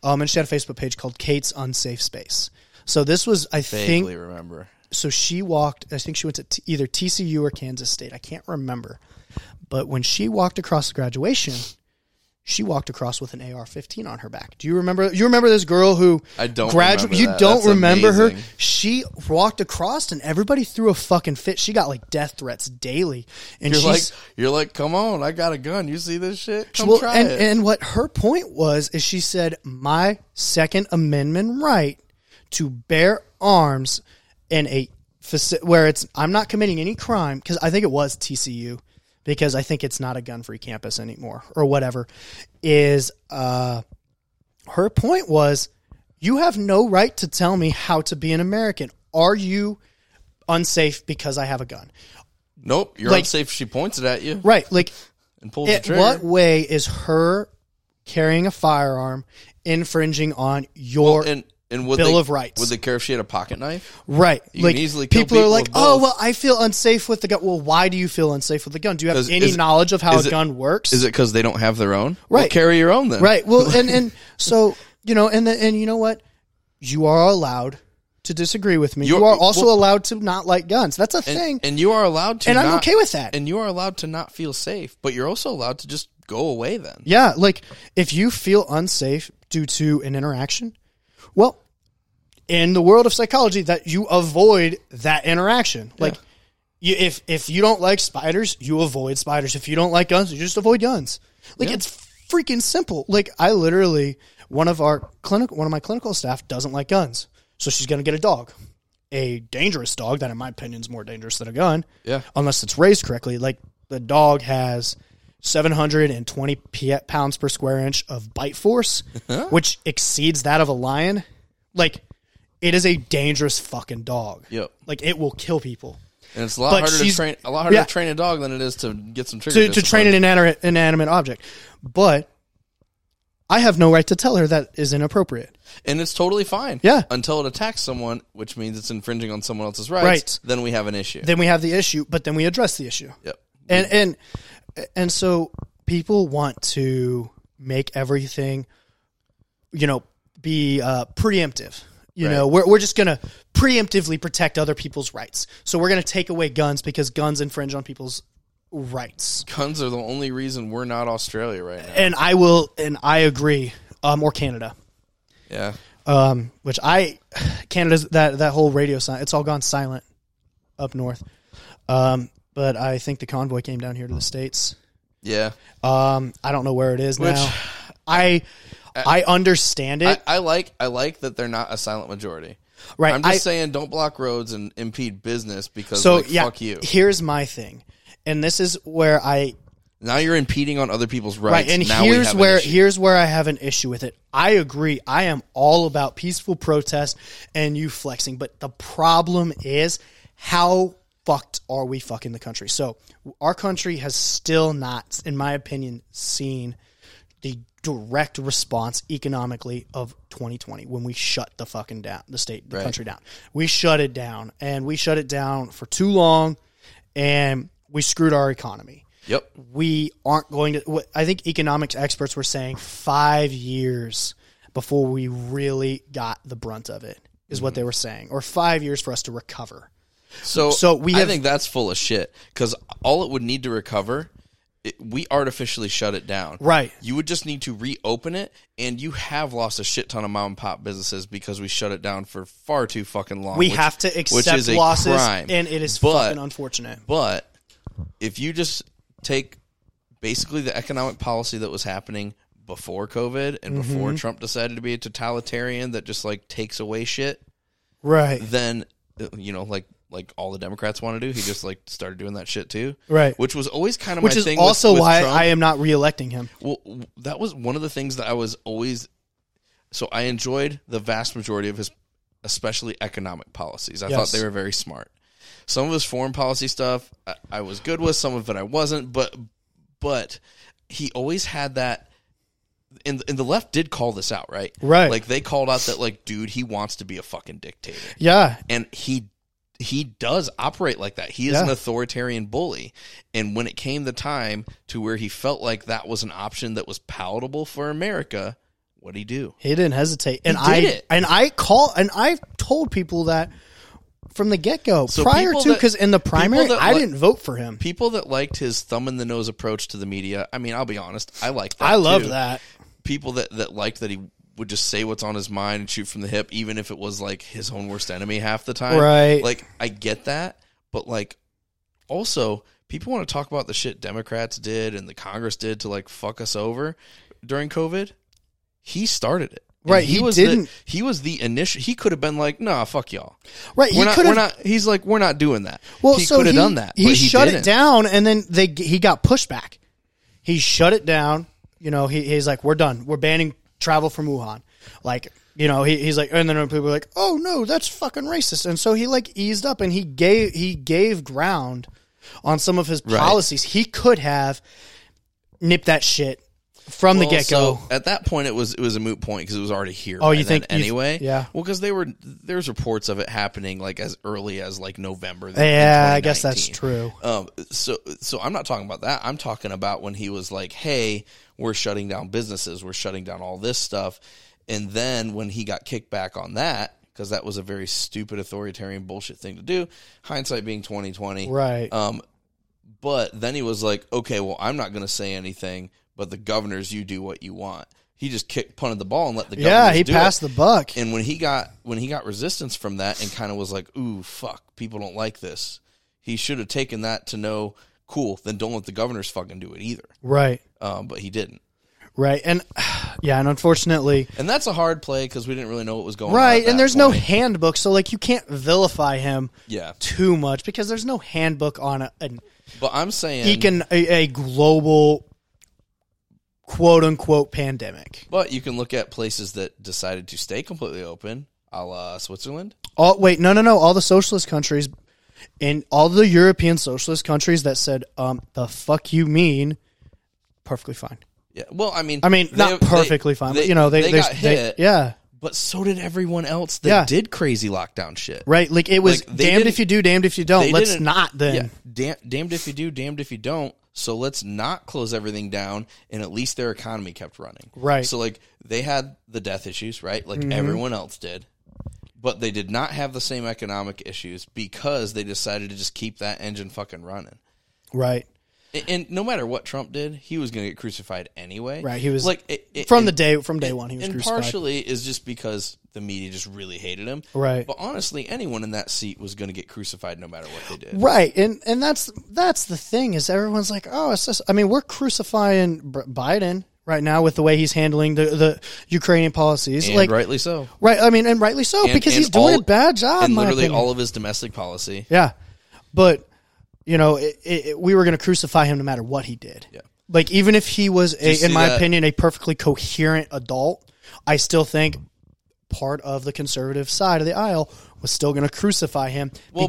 um, and she had a Facebook page called Kate's Unsafe Space. So this was, I think,
Vaguely remember.
so she walked i think she went to t- either tcu or kansas state i can't remember but when she walked across the graduation she walked across with an ar-15 on her back do you remember you remember this girl who
I don't remember
you
that.
don't
That's
remember her
amazing.
she walked across and everybody threw a fucking fit she got like death threats daily and
You're like
she's
you're like, come on, I got a gun. You see this shit? Come
well,
try
and,
it.
and what her point was is she said, My Second Amendment right to bear arms in a faci- where it's I'm not committing any crime because I think it was TCU because I think it's not a gun free campus anymore or whatever is uh her point was you have no right to tell me how to be an American. Are you unsafe because I have a gun?
nope, you're
like-
unsafe. if She points it at you
Right. Like
and pulls the
in
trigger.
what way is her carrying a firearm infringing on your
and and would
Bill
they,
of Rights.
Would they care if she had a pocket knife?
right?
can
like
easily kill
people, are
people
like,
with
oh
both."
well, I feel unsafe with the gun. Well, why do you feel unsafe with the gun? Do you have
Is-
any
is it-
knowledge of how a
is it-
gun works?
Is it because they don't have their own? Well,
Right.
carry your own then.
right? Well, and and so you know, and the, and you know what, you are allowed to disagree with me. you
You're-
are also
well-
allowed to not like guns. That's a thing,
And, and you are allowed to.
and I'm
not-
okay with that.
And you are allowed to not feel safe, but you're also allowed to just go away then.
Yeah, like if you feel unsafe due to an interaction, well, in the world of psychology, that you avoid that interaction. Like, you, if if you don't like spiders, you avoid spiders. If you don't like guns, you just avoid guns. Like it's freaking simple. Like I literally one of our clinic one of my clinical staff doesn't like guns, so she's gonna get a dog, a dangerous dog that in my opinion is more dangerous than a gun
Yeah.
unless it's raised correctly. Like the dog has 720 p- pounds per square inch of bite force,
Uh-huh.
which exceeds that of a lion. Like it is a dangerous fucking dog.
Yep.
Like it will kill people.
And it's a lot
But
harder to
she's-
train a lot harder
yeah.
to train a dog than it is to get some trigger
To, to train an inanimate, inanimate object. But I have no right to tell her that is inappropriate.
discipline. And it's totally fine.
Yeah.
Until it attacks someone, which means it's infringing on someone else's rights.
Right.
Then we have an issue.
Then we have the issue, but then we address the issue.
yep.
and and and so people want to make everything you know be uh, preemptive you know we're, we're just gonna preemptively protect other people's rights so we're gonna take away guns because guns infringe on people's rights
Guns are the only reason we're not Australia right now.
and i will and i agree um, or canada
Yeah.
um, which I Canada's that that whole radio sign it's all gone silent up north um, but i think the convoy came down here to the states
Yeah.
Um, I don't know where it is now. I I understand
I,
it.
I like I like that they're not a silent majority.
right.
I'm just
I-
saying don't block roads and impede business because
so
like,
yeah.
fuck you.
Here's my thing, and this is where I
Now you're impeding on other people's
right,
rights.
and
now we
here's
have an
where
issue.
here's where I have an issue with it. I agree. I am all about peaceful protest and you flexing, but the problem is how fucked are we fucking the country? So our country has still not, in my opinion, seen the direct response economically of 2020 when we shut the fucking down the state the country down we shut it down and we shut it down for too long and we screwed our economy
Yep.
we aren't going to. What I think economics experts were saying five years before we really got the brunt of it is what
Mm-hmm.
they were saying, or five years for us to recover.
So,
So we
I
have-
think that's full of shit because all it would need to recover, it, we artificially shut it down.
Right.
You would just need to reopen it, and you have lost a shit ton of mom and pop businesses because we shut it down for far too fucking long.
We
which-
have to
which
accept
is a
losses,
crime.
and it is
But-
fucking unfortunate.
But if you just take basically the economic policy that was happening before COVID and
Mm-hmm.
before Trump decided to be a totalitarian that just like takes away shit,
Right,
then uh, you know like like all the Democrats want to do, he just like started doing that shit too.
Right.
Which was always kind of
which
my
is
thing with-
also
with
why
Trump.
I am not reelecting him.
Well, w- that was one of the things that I was always. So I enjoyed the vast majority of his, especially economic policies. I
Yes.
thought they were very smart. Some of his foreign policy stuff I, I was good with, some of it I wasn't, but but he always had that and, and the left did call this out, right?
Right.
Like they called out that like dude, he wants to be a fucking dictator
Yeah.
and he he does operate like that. He is
Yeah.
an authoritarian bully. And when it came the time to where he felt like that was an option that was palatable for America, what'd he do?
He didn't hesitate. And
did
I
it.
and I call and I told people that from the get go
So
prior
people
to
that-
because in the primary
people that
I
li-
didn't vote for him.
People that liked his thumb in the nose approach to the media, I mean, I'll be honest, I liked that.
I loved
too.
that.
People that, that liked that he would just say what's on his mind and shoot from the hip, even if it was like his own worst enemy half the time.
Right.
Like, I get that. But like, also people want to talk about the shit Democrats did and the Congress did to like fuck us over during COVID. He started it. And
Right, he
was
didn't-
The, he was the initial. He could have been like, "Nah, fuck y'all.
Right.
We're
he
not.
could
We're
have
not." He's like, "We're not doing that."
well
he
so
could have
he-
done that.
He
but
shut
didn't.
it down and then they he got pushback. He shut it down. You know, he, he's like, We're done. We're banning travel from Wuhan. Like you know, he, he's like, and then people were like, "Oh no, that's fucking racist." And so he like eased up, and he gave he gave ground on some of his policies. He could have nipped that shit from the
Well,
get go.
so at that point, it was it was a moot point because it was already here.
Oh,
by
you
then
think you-
anyway?
yeah.
Well, because they were there's reports of it happening like as early as like November. in
yeah, I guess that's
2019.
true.
Um, so, so I'm not talking about that. I'm talking about when he was like, "Hey, we're shutting down businesses. We're shutting down all this stuff," and then when he got kicked back on that because that was a very stupid authoritarian bullshit thing to do. Hindsight being 2020,
Right.
Um, but then he was like, "Okay, well, I'm not going to say anything, but the governors, you do what you want." He just kicked, punted the ball, and let the governors
yeah, he
do it.
passed the buck.
And when he got when he got resistance from that and kind of was like, "Ooh, fuck, people don't like this." He should have taken that to know, cool, then don't let the governors fucking do it either.
right.
Um, but he didn't,
Right. And yeah, and unfortunately,
and that's a hard play because we didn't really know what was going on.
Right,
at that
and there's no
point.
handbook, so like you can't vilify him
yeah.
too much because there's no handbook on a, an
But I'm saying,
econ a, a global quote unquote pandemic.
but you can look at places that decided to stay completely open, a la Switzerland.
All wait, no, no, no. All the socialist countries and all the European socialist countries that said, um, "The fuck you mean?" Perfectly fine.
Yeah. Well, I mean,
I mean,
they-
not
they-
perfectly fine, but you know, they,
got
they-
hit,
yeah,
but so did everyone else that
Yeah.
did crazy lockdown shit.
right. Like it was
Like, they
damned
didn't-
if you do, damned if you don't.
they
Let's
didn't-
not then.
Yeah, damn, damned if you do, damned if you don't. So let's not close everything down, and at least their economy kept running.
Right. Mm-hmm.
So like they had the death issues, right? Like everyone else did, but they did not have the same economic issues because they decided to just keep that engine fucking running.
Right.
And, and no matter what Trump did, he was going to get crucified anyway.
Right, he was-
like it, it-
From
and-
the day from day one, he was
and
crucified.
partially is just because the media just really hated him.
Right.
But honestly, anyone in that seat was going to get crucified no matter what they did.
Right, and and that's that's the thing is everyone's like, oh, it's just. I mean, we're crucifying B- Biden right now with the way he's handling the the Ukrainian policies,
And
like right.
rightly so.
I mean, and rightly so
And-
because
and
he's doing
all-
a bad job.
and
in my
literally
opinion.
all of his domestic policy.
yeah, but you know, it, it, it- we were going to crucify him no matter what he did.
Yeah.
Like even if he was, a,
see
in my
that-
opinion, a perfectly coherent adult, I still think part of the conservative side of the aisle was still going to crucify him
Well,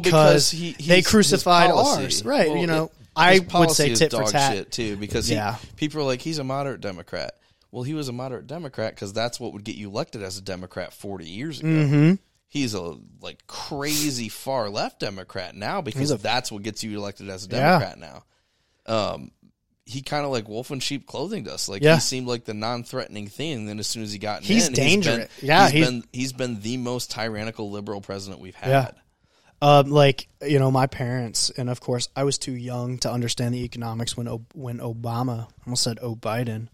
because
because,
he- he's-
they
his
crucified
policy-
ours, right?
well,
you know,
it-
I
his
would say
policy is
tit for
dog
tat.
shit too, because he-
Yeah.
people are like he's a moderate Democrat. Well, he was a moderate Democrat because that's what would get you elected as a Democrat forty years ago.
Mm-hmm.
He's a like crazy far left Democrat now because that's what gets you elected as a
Yeah.
Democrat now. Um, he kind of like wolf in sheep clothing to us. Like
Yeah.
he seemed like the non-threatening thing. And then as soon as he got
He's
in,
dangerous.
He's been,
Yeah,
he's
he's-
been he's been the most tyrannical liberal president we've had.
Yeah. Um, like you know, my parents, and of course, I was too young to understand the economics when O- when Obama I almost said "Oh, Biden."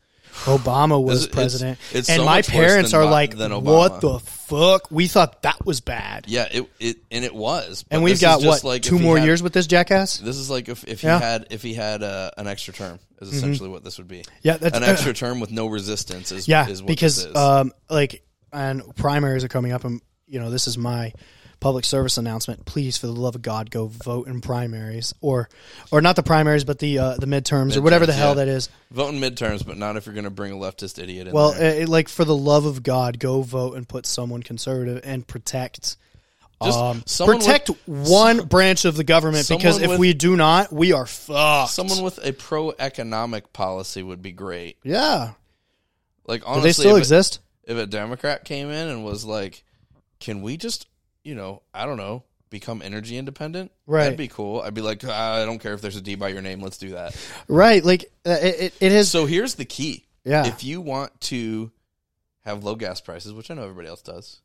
Obama was
It's-
president,
it's
and
so
my
much worse
parents
than
are
Bi-
like,
than Obama.
"What the fuck? We thought that was bad."
Yeah, it it and it was. but
and
this
we've
is
got
just
what
like if
two
he
more
had-
years with this jackass.
This is like if, if he
Yeah. Mm-hmm.
had if he had uh, an extra term is essentially what this would be.
Yeah, that's-
an extra term with no resistance is
Yeah,
is what
because
this is.
um, like, and primaries are coming up, and you know, this is my public service announcement. Please, for the love of God, go vote in primaries, or or not the primaries, but the uh, the midterms, or whatever the
Midterms,
hell
yeah.
that is.
vote in midterms, but not if you're going to bring a leftist idiot in.
Well,
there.
eh, eh, like for the love of God, go vote and put someone conservative and protect
Just
Um,
someone
protect
with,
one branch of the government because
someone
if
with-
we do not, we are fucked.
someone with a pro economic policy would be great.
yeah.
Like
Do
honestly,
they still
if it-
exist?
if a Democrat came in and was like, "Can we just, you know, I don't know, become energy independent?"
Right.
That'd be cool. I'd be like, "Ah, "I don't care if there's a D by your name. Let's do that."
Right. Like, uh, it, it, it is.
So here's the key:
yeah.
if you want to have low gas prices, which I know everybody else does,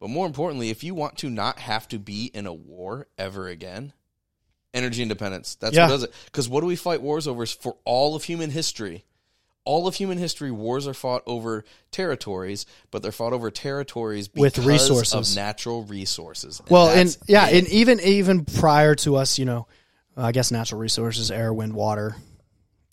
but more importantly, if you want to not have to be in a war ever again, energy independence. That's
Yeah.
what does it. Because what do we fight wars over for all of human history? All of human history, wars are fought over territories, but they're fought over territories
With
because
resources.
of natural resources. And
well, and
that's
yeah,
it.
and even even prior to us, you know, I guess natural resources, air, wind, water,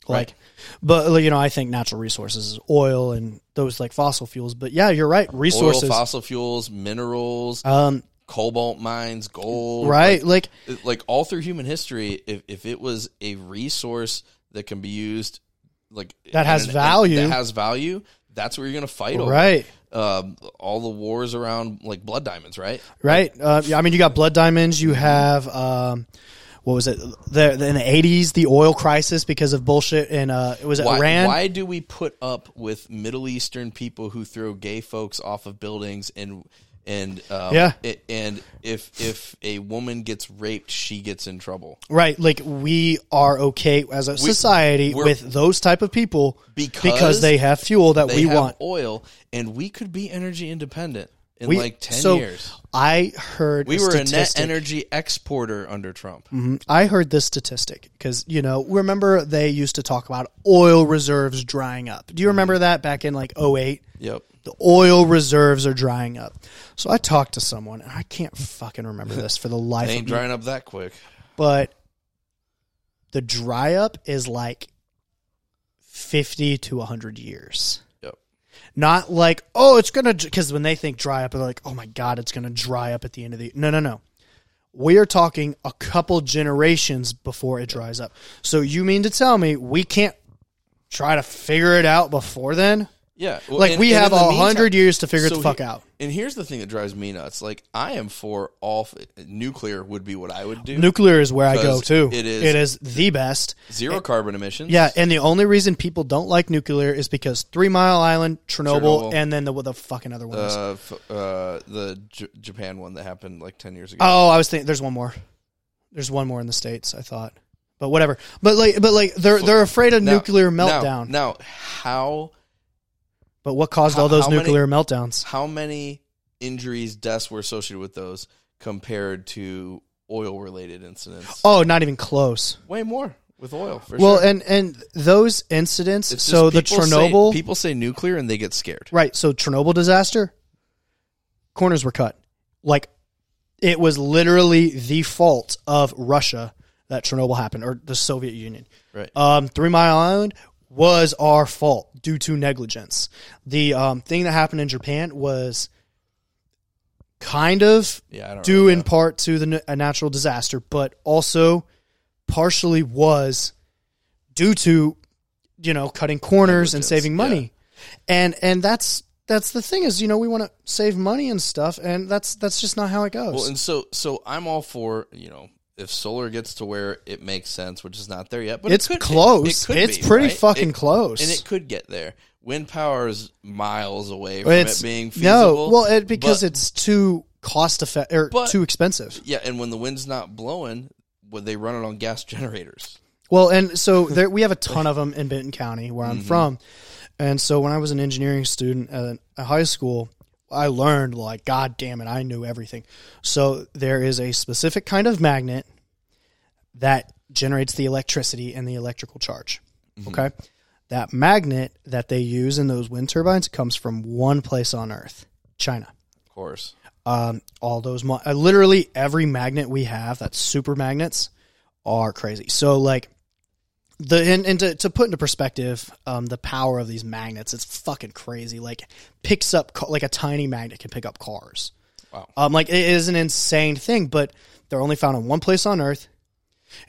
like,
Right.
but like, you know, I think natural resources is oil and those like fossil fuels. But yeah, you're right.
oil,
Resources,
fossil fuels, minerals,
um,
cobalt mines, gold,
right? Like,
like all through human history, if if it was a resource that can be used, like
That has
and- and
value.
that has value, that's where you're gonna fight over.
right,
Um, all the wars around like blood diamonds, right?
right. Uh, yeah, I mean, you got blood diamonds. You have um, what was it? The, the- in the eighties, the oil crisis because of bullshit, and uh, it was
Why,
Iran.
why do we put up with Middle Eastern people who throw gay folks off of buildings and and um,
Yeah.
i- and if if a woman gets raped, she gets in trouble
Right, like we are okay as a society
we're-
with those type of people
Because
they have fuel that
they
we
have
want.
oil, and we could be energy independent in
We-
like ten
so
years.
I heard
We
a
were a net
statistic.
energy exporter under Trump.
I heard this statistic because you know remember they used to talk about oil reserves drying up. Do you
Mm-hmm.
remember that back in like 08?
Yep.
the oil reserves are drying up. So I talked to someone, and I can't fucking remember this for the life
They
of me.
ain't drying up that quick.
but the dry up is like fifty to hundred years.
Yep.
Not like oh, it's gonna because when they think dry up, they're like oh my god, it's gonna dry up at the end of the no no no. We are talking a couple generations before it dries up. So you mean to tell me we can't try to figure it out before then?
Yeah. well,
Like
and-
we
and
have
in the
a
meantime-
hundred years to figure it
so
the fuck
he-
out.
And here's the thing that drives me nuts. Like I am for all f- nuclear would be what I would do.
Nuclear is where I go
Because
too.
it is-
It is the best.
Zero carbon emissions.
eh, Yeah, and the only reason people don't like nuclear is because Three Mile Island, Chernobyl,
Chernobyl.
and then the what the fucking other one was.
Uh, f- uh, the J- Japan one that happened like ten years ago.
Oh, I was thinking. There's one more. There's one more in the states. I thought, but whatever. But like, but like, they're they're afraid of
Now-
nuclear
now-
meltdown.
Now, how
but what caused all
how-
those
how many-
nuclear meltdowns?
how many injuries, deaths were associated with those compared to oil related incidents?
Oh, not even close.
Way more with oil. For
Well,
sure.
and and those incidents.
It's
so
just
the
people say-
Chernobyl,
people say nuclear and they get scared.
Right. So Chernobyl disaster, corners were cut. Like it was literally the fault of Russia that Chernobyl happened or the Soviet Union.
Right.
Um, Three Mile Island was our fault due to negligence. The um, thing that happened in Japan was kind of
Yeah, I don't
due
really
in part to the n- a natural disaster, but also partially was due to you know cutting corners and
Negligence,
saving
yeah.
money, and and that's that's the thing is you know we want to save money and stuff, and that's that's just not how it goes.
Well, and so so I'm all for you know if solar gets to where it makes sense, which is not there yet, but
it's
it could,
close.
it could
it's
be,
pretty
right?
fucking
It-
close.
and it could get there. Wind power is miles away from
it's
it being feasible.
no well it, because
but-
it's too cost effective or
But-
too expensive.
yeah, and when the wind's not blowing, would they run it on gas generators?
Well, and so there, we have a ton of them in Benton County, where I'm from. And so when I was an engineering student at a high school, I learned like, God damn it, I knew everything. So there is a specific kind of magnet that generates the electricity and the electrical charge. Okay. That magnet that they use in those wind turbines comes from one place on Earth, China
Of course.
um, all those mo- uh, literally every magnet we have that's super magnets are crazy so like the and, and to, to put into perspective um, the power of these magnets it's fucking crazy like picks up ca- like a tiny magnet can pick up cars
Wow.
um, like it is an insane thing but they're only found in one place on earth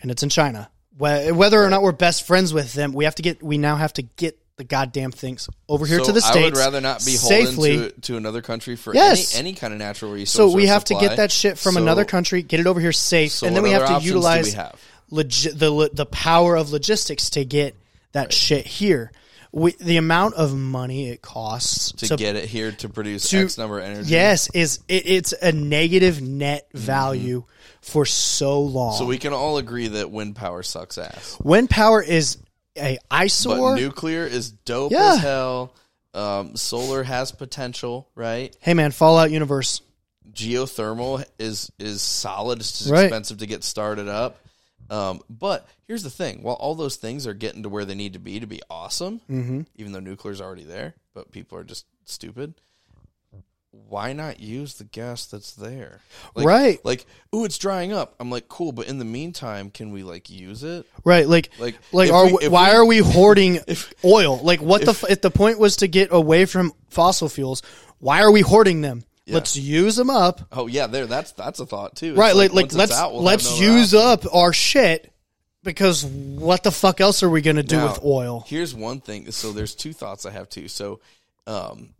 and it's in china Wh- whether or not we're best friends with them we have to get we now have to get the goddamn things over here to the
I would
states.
rather not be holden
safely.
to, to another country for
Yes.
any, any kind of natural resource.
so
or
we have to
supply.
get that shit from
So-
another country, get it over here safe,
so
and then
what
we have
other
to
options do we
utilize
have?
logi- the lo- the power of logistics to get that shit here. We, the amount of money it costs
to,
to
get it here to produce
to-
X number of energy.
Yes, is it, it's a negative net value for so long.
Mm-hmm. So we can all agree that wind power sucks ass.
wind power is a
But
eyesore.
nuclear is dope
Yeah.
as hell. Um, solar has potential, right?
hey man, Fallout universe.
Geothermal is is solid. It's just
Right.
expensive to get started up. Um, but here's the thing: while all those things are getting to where they need to be to be awesome,
Mm-hmm.
even though nuclear's already there, but people are just stupid. Why not use the gas that's there? Like,
Right.
Like, ooh, it's drying up. I'm like, cool, but in the meantime, can we like use it?
Right, like, like,
Like,
like
if
are,
we-
we-
if
why
we-
are we hoarding oil? Like, what the? F- if the point was to get away from fossil fuels, why are we hoarding them? Let's use them up.
Oh yeah, there. That's that's a thought too. It's
right like, like
once it's
let's
out, we'll have
let's
no other
use up our shit because what the fuck else are we gonna do
Now,
with oil
Here's one thing. So there's two thoughts I have too. So, um,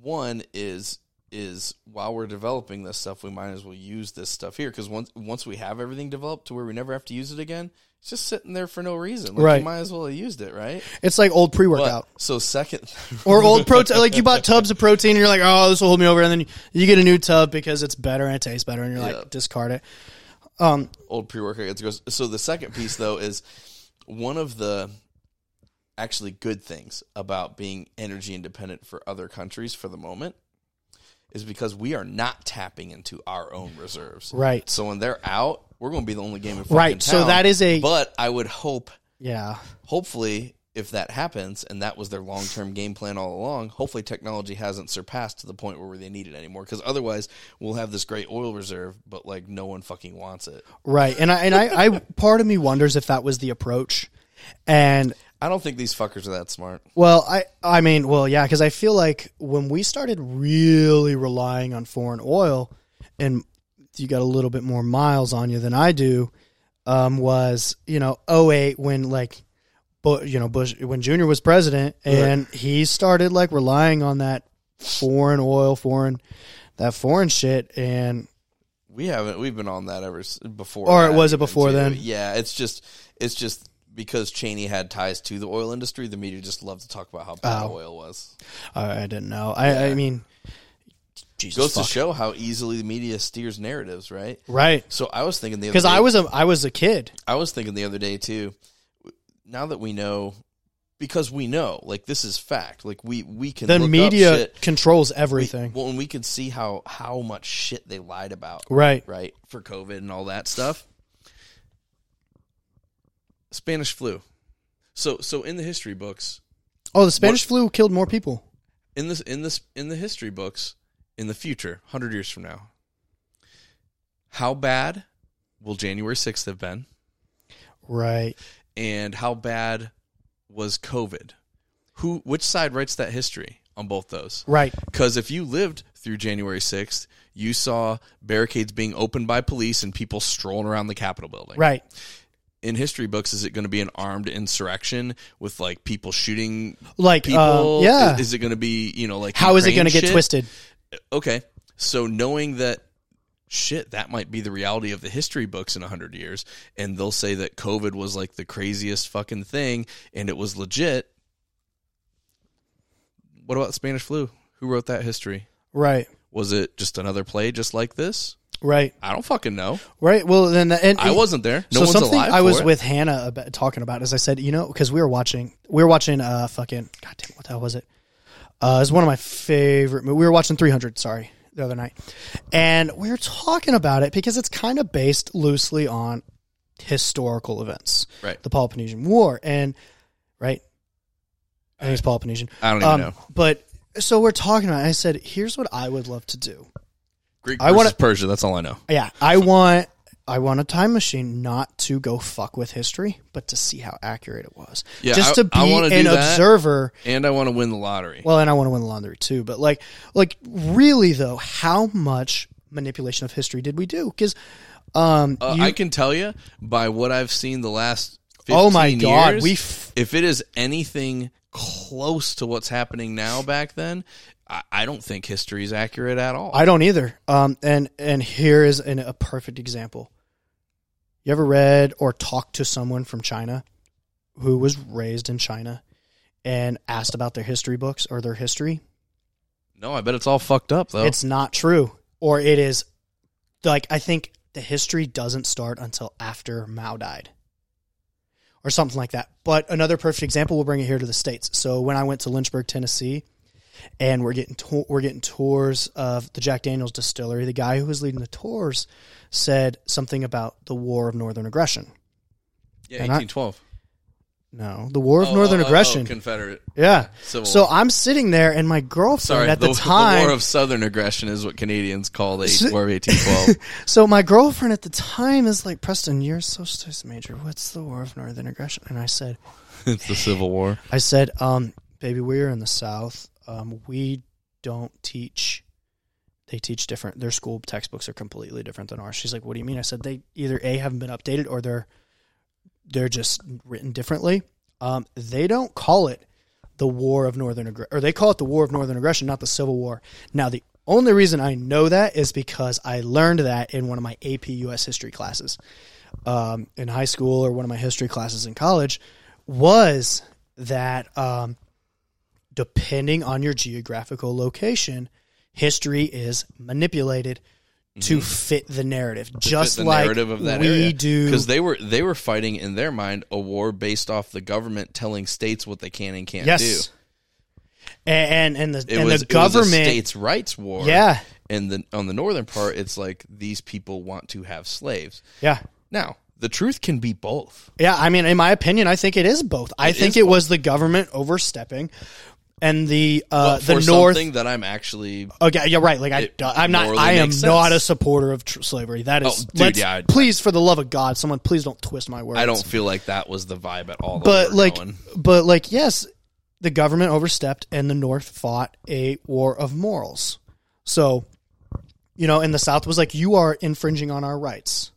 one is is while we're developing this stuff, we might as well use this stuff here because once once we have everything developed to where we never have to use it again, it's just sitting there for no reason. Like,
Right.
You might as well have used it, right?
it's like old
But-
pre-workout
so second,
or old protein like you bought tubs of protein and you're like oh this will hold me over and then you, you get a new tub because it's better and it tastes better and you're
Yeah.
like discard it
old pre workout goes. So the second piece though is one of the actually good things about being energy independent for other countries for the moment is because we are not tapping into our own reserves.
Right.
So when they're out, we're going to be the only game in fucking
Right, so
town.
that is a-
But I would hope,
yeah
hopefully, if that happens, and that was their long term game plan all along, hopefully technology hasn't surpassed to the point where they need it anymore. Because otherwise, we'll have this great oil reserve, but like no one fucking wants it.
right and i and I, I part of me wonders if that was the approach and
I don't think these fuckers are that smart.
Well, I I mean, well, yeah, because I feel like when we started really relying on foreign oil, and you got a little bit more miles on you than I do, um, was you know 08 when like, Bu- you know Bush when Junior was president and he started like relying on that foreign oil, foreign that foreign shit, and
We haven't. We've been on that ever s- before.
Or
that
was it
even,
before
too.
then?
Yeah, it's just it's just because Cheney had ties to the oil industry. The media just loved to talk about how bad
Oh.
oil was.
I, I didn't know. I I mean, Jesus,
Goes
fuck.
to show how easily the media steers narratives, right?
right?
So I was thinking the other
Because
day,
I was a I was a kid,
I was thinking the other day too. Now that we know, because we know, like this is fact. Like we we can
then
look up
media
shit.
controls everything.
Well, and we can see how how much shit they lied about.
Right.
right, for COVID and all that stuff. Spanish flu. So so in the history books,
Oh, the Spanish flu killed more people.
in this in this in the history books, in the future, hundred years from now, how bad will January sixth have been,
Right.
and how bad was COVID? Who which side writes that history on both those?
Right.
Because if you lived through January 6th, you saw barricades being opened by police and people strolling around the Capitol building.
Right.
In history books, is it going to be an armed insurrection with like people shooting
Like,
people?
um, yeah.
Is, is it going to be, you know, like.
How is it
Ukraine
going to get
shit?
twisted?
Okay. So knowing that shit that might be the reality of the history books in 100 years and they'll say that covid was like the craziest fucking thing and it was legit what about spanish flu who wrote that history
Right.
was it just another play just like this?
Right.
I don't fucking know.
Right. Well, then, the, and
I wasn't there. No
so
one's
something
alive.
I
for
was
it.
with Hannah about, talking about is I said, you know, because we were watching, we were watching, uh, fucking, God damn, what the hell was it? Uh, it was one of my favorite. mo- We were watching 300. Sorry, the other night, and we were talking about it because it's kind of based loosely on historical events,
Right.
The Peloponnesian War, and right, I think it's Peloponnesian.
I don't even
Um,
know.
but so we're talking about. it. I said, here's what I would love to do.
Greek
I
versus
wanna-
Persia. That's all I know.
Yeah, I want I want a time machine not to go fuck with history, but to see how accurate it was.
Yeah,
just
I-
to be
I wanna do
an
that.
observer.
And I want to win the lottery.
Well, and I want to win the lottery too. But like, like really though, how much manipulation of history did we do? Because um,
Uh,
you-
I can tell you by what I've seen the last. 15
Oh my God,
years,
we f-
if it is anything close to what's happening now back then, I, I don't think history is accurate at all.
I don't either. Um, and and here is an, a perfect example. You ever read or talked to someone from China who was raised in China and asked about their history books or their history?
no, I bet it's all fucked up though.
It's not true, or it is like I think the history doesn't start until after Mao died. Or something like that. But another perfect example, we'll bring it here to the states. So when I went to Lynchburg, Tennessee, and we're getting to- we're getting tours of the Jack Daniel's distillery. The guy who was leading the tours said something about the War of Northern Aggression.
yeah,
and I-
1812.
No, the War of
Oh,
Northern
oh, oh,
Aggression.
Confederate.
yeah.
Civil
So
War.
I'm sitting there, and my girlfriend
Sorry,
at the,
the,
time,
the War of Southern Aggression is what Canadians call the eight- War of 1812.
So my girlfriend at the time is like, Preston, you're a socialist major. What's the War of Northern Aggression? And I said,
it's the Civil War.
I said, um, baby, we're in the South. Um, we don't teach. They teach different. Their school textbooks are completely different than ours. She's like, what do you mean? I said they either a haven't been updated or they're they're just written differently. Um, they don't call it the War of Northern Aggression, or they call it the War of Northern Aggression, not the Civil War. Now, the only reason I know that is because I learned that in one of my AP U.S. history classes um, in high school or one of my history classes in college was that um, depending on your geographical location, history is manipulated to fit the narrative,
Mm-hmm. fit
just
the
like
narrative of that
we
area.
do.
because they were they were fighting in their mind a war based off the government telling states what they can and can't
yes. And, and and the
do. It
and
was
the
it was a
government,
states' rights war.
yeah,
and then on the northern part, it's like these people want to have slaves.
yeah,
Now the truth can be both.
yeah. I mean, in my opinion, I think it is both. I think
is
it was the government overstepping, and the uh,
But for
the North.
something that I'm actually
Okay, yeah, right. Like I,
It
I'm not.
morally
I am
makes
not
sense.
a supporter of tr- slavery. That is,
Oh, dude,
let's-
yeah, I-
please, for the love of God, someone please don't twist my words.
I don't feel like that was the vibe at all. that
but
we were
like
going.
but like yes the government overstepped and the north fought a war of morals so you know and the south was like you are infringing on our rights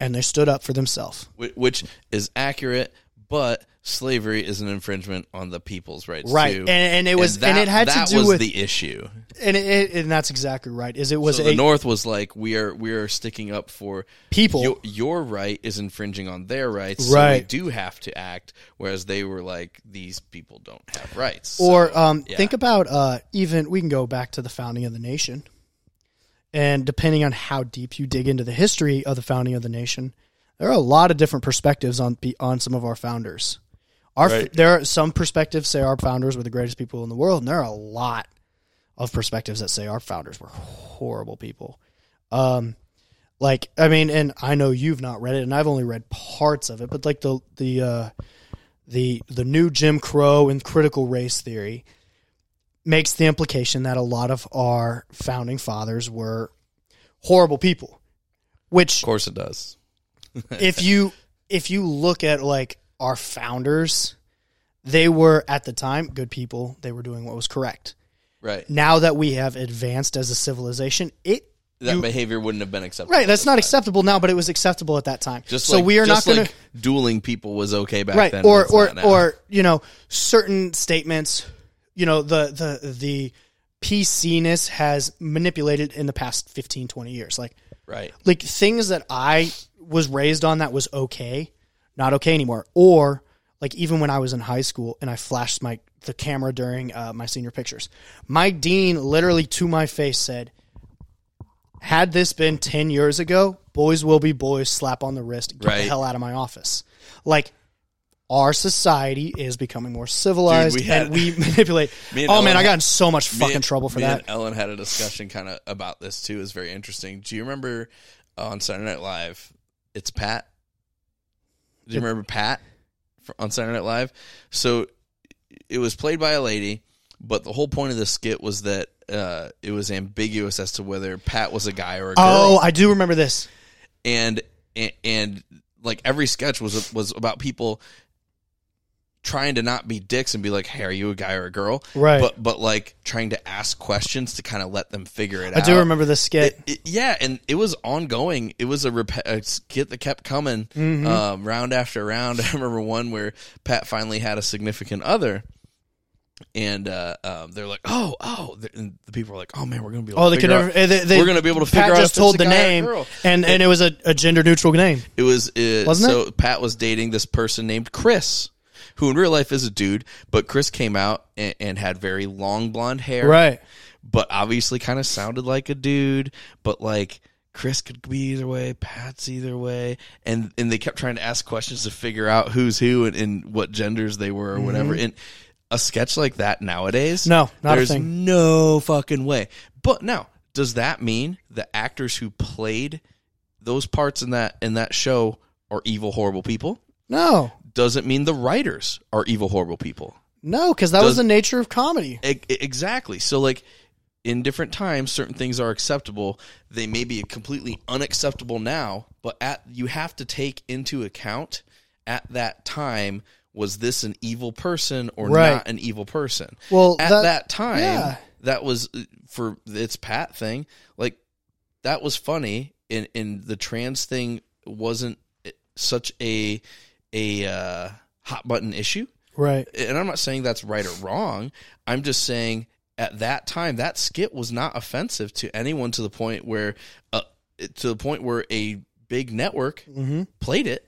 and they stood up for themselves
Wh- which is accurate, but slavery is an infringement on the people's rights.
right
too.
and, and it was and,
that,
it had
that
to do
was
with
the issue.
and, it- it, and that's exactly right is it was
So
a
the North was like, we are we are sticking up for
People.
Your, your right is infringing on their rights, So we
Right.
do have to act. Whereas they were like, these people don't have rights.
Or um, think about uh, even we can go back to the founding of the nation, and depending on how deep you dig into the history of the founding of the nation, there are a lot of different perspectives on pe- on some of our founders. Our f
Right.
there are some perspectives say our founders were the greatest people in the world, and there are a lot of perspectives that say our founders were horrible people. Um, like I mean, and I know you've not read it, and I've only read parts of it, but like the the uh, the the new Jim Crow and critical race theory makes the implication that a lot of our founding fathers were horrible people. Which
of course it does.
if you if you look at like our founders, they were at the time good people. They were doing what was correct.
Right,
Now that we have advanced as a civilization, it
that
you-
behavior wouldn't have been acceptable.
right that's not acceptable now, but it was acceptable at that time.
Just
so
like,
we are
just
not going
like dueling people was okay back
right
then.
or
it's
or
not now.
or you know certain statements you know the the the pcness has manipulated in the past 15 20 years like
right.
like things that i was raised on that was okay not okay anymore or like even when i was in high school and i flashed my the camera during uh, my senior pictures my dean literally to my face said had this been 10 years ago boys will be boys slap on the wrist get the
Right.
hell out of my office like our society is becoming more civilized
Dude, we had-
and we manipulate
Me and
oh
Ellen
man i
had-
got in so much
Me
fucking
and-
trouble for
me
that
And uh, Ellen had a discussion kind of about this too. Is very interesting. Do you remember uh, on Saturday Night Live? It's Pat. Do you remember Pat fr- on Saturday Night Live? So it was played by a lady, but the whole point of the skit was that uh, it was ambiguous as to whether Pat was a guy or a girl
oh i do remember this
and and, and like every sketch was was about people trying to not be dicks and be like, "Hey, are you a guy or a girl?"
Right.
But but like trying to ask questions to kind of let them figure it
i
out.
do remember this skit
It- yeah, and it was ongoing. It was a, rep- a skit that kept
Mm-hmm.
coming um, round after round. I remember one where Pat finally had a significant other, and uh, um, they're like, "Oh, oh!" th- And the people are like, "Oh man, we're gonna be able
Oh,
to
they could
figure
never.
out-
eh, They, they,
we're gonna be able to
Pat
figure out
just
if it's
told
a
the
guy or a
name,
girl.
and and it was a, a gender neutral name.
It was uh,
Wasn't
so Pat was dating this person named Chris, who in real life is a dude, but Chris came out and, and had very long blonde hair,
Right.
But obviously, kind of sounded like a dude, but like. Chris could be either way, Pat's either way, and and they kept trying to ask questions to figure out who's who and, and what genders they were or whatever. And a sketch like that nowadays,
Mm-hmm. No, not a
there's
thing.
no fucking way. But now, does that mean the actors who played those parts in that in that show are evil, horrible people?
No.
Doesn't mean the writers are evil, horrible people.
No, because that was
Does-
the nature of comedy.
E- e- exactly. So like in different times, certain things are acceptable. They may be completely unacceptable now, but at you have to take into account at that time was this an evil person or
Right.
not an evil person?
Well,
at
that-
that, time,
yeah.
that was uh, for its Pat thing. Like that was funny, and and the trans thing wasn't eh, such a a uh, hot button issue
Right.
and I'm not saying that's right or wrong. I'm just saying at that time that skit was not offensive to anyone to the point where uh, to the point where a big network
hmm
played it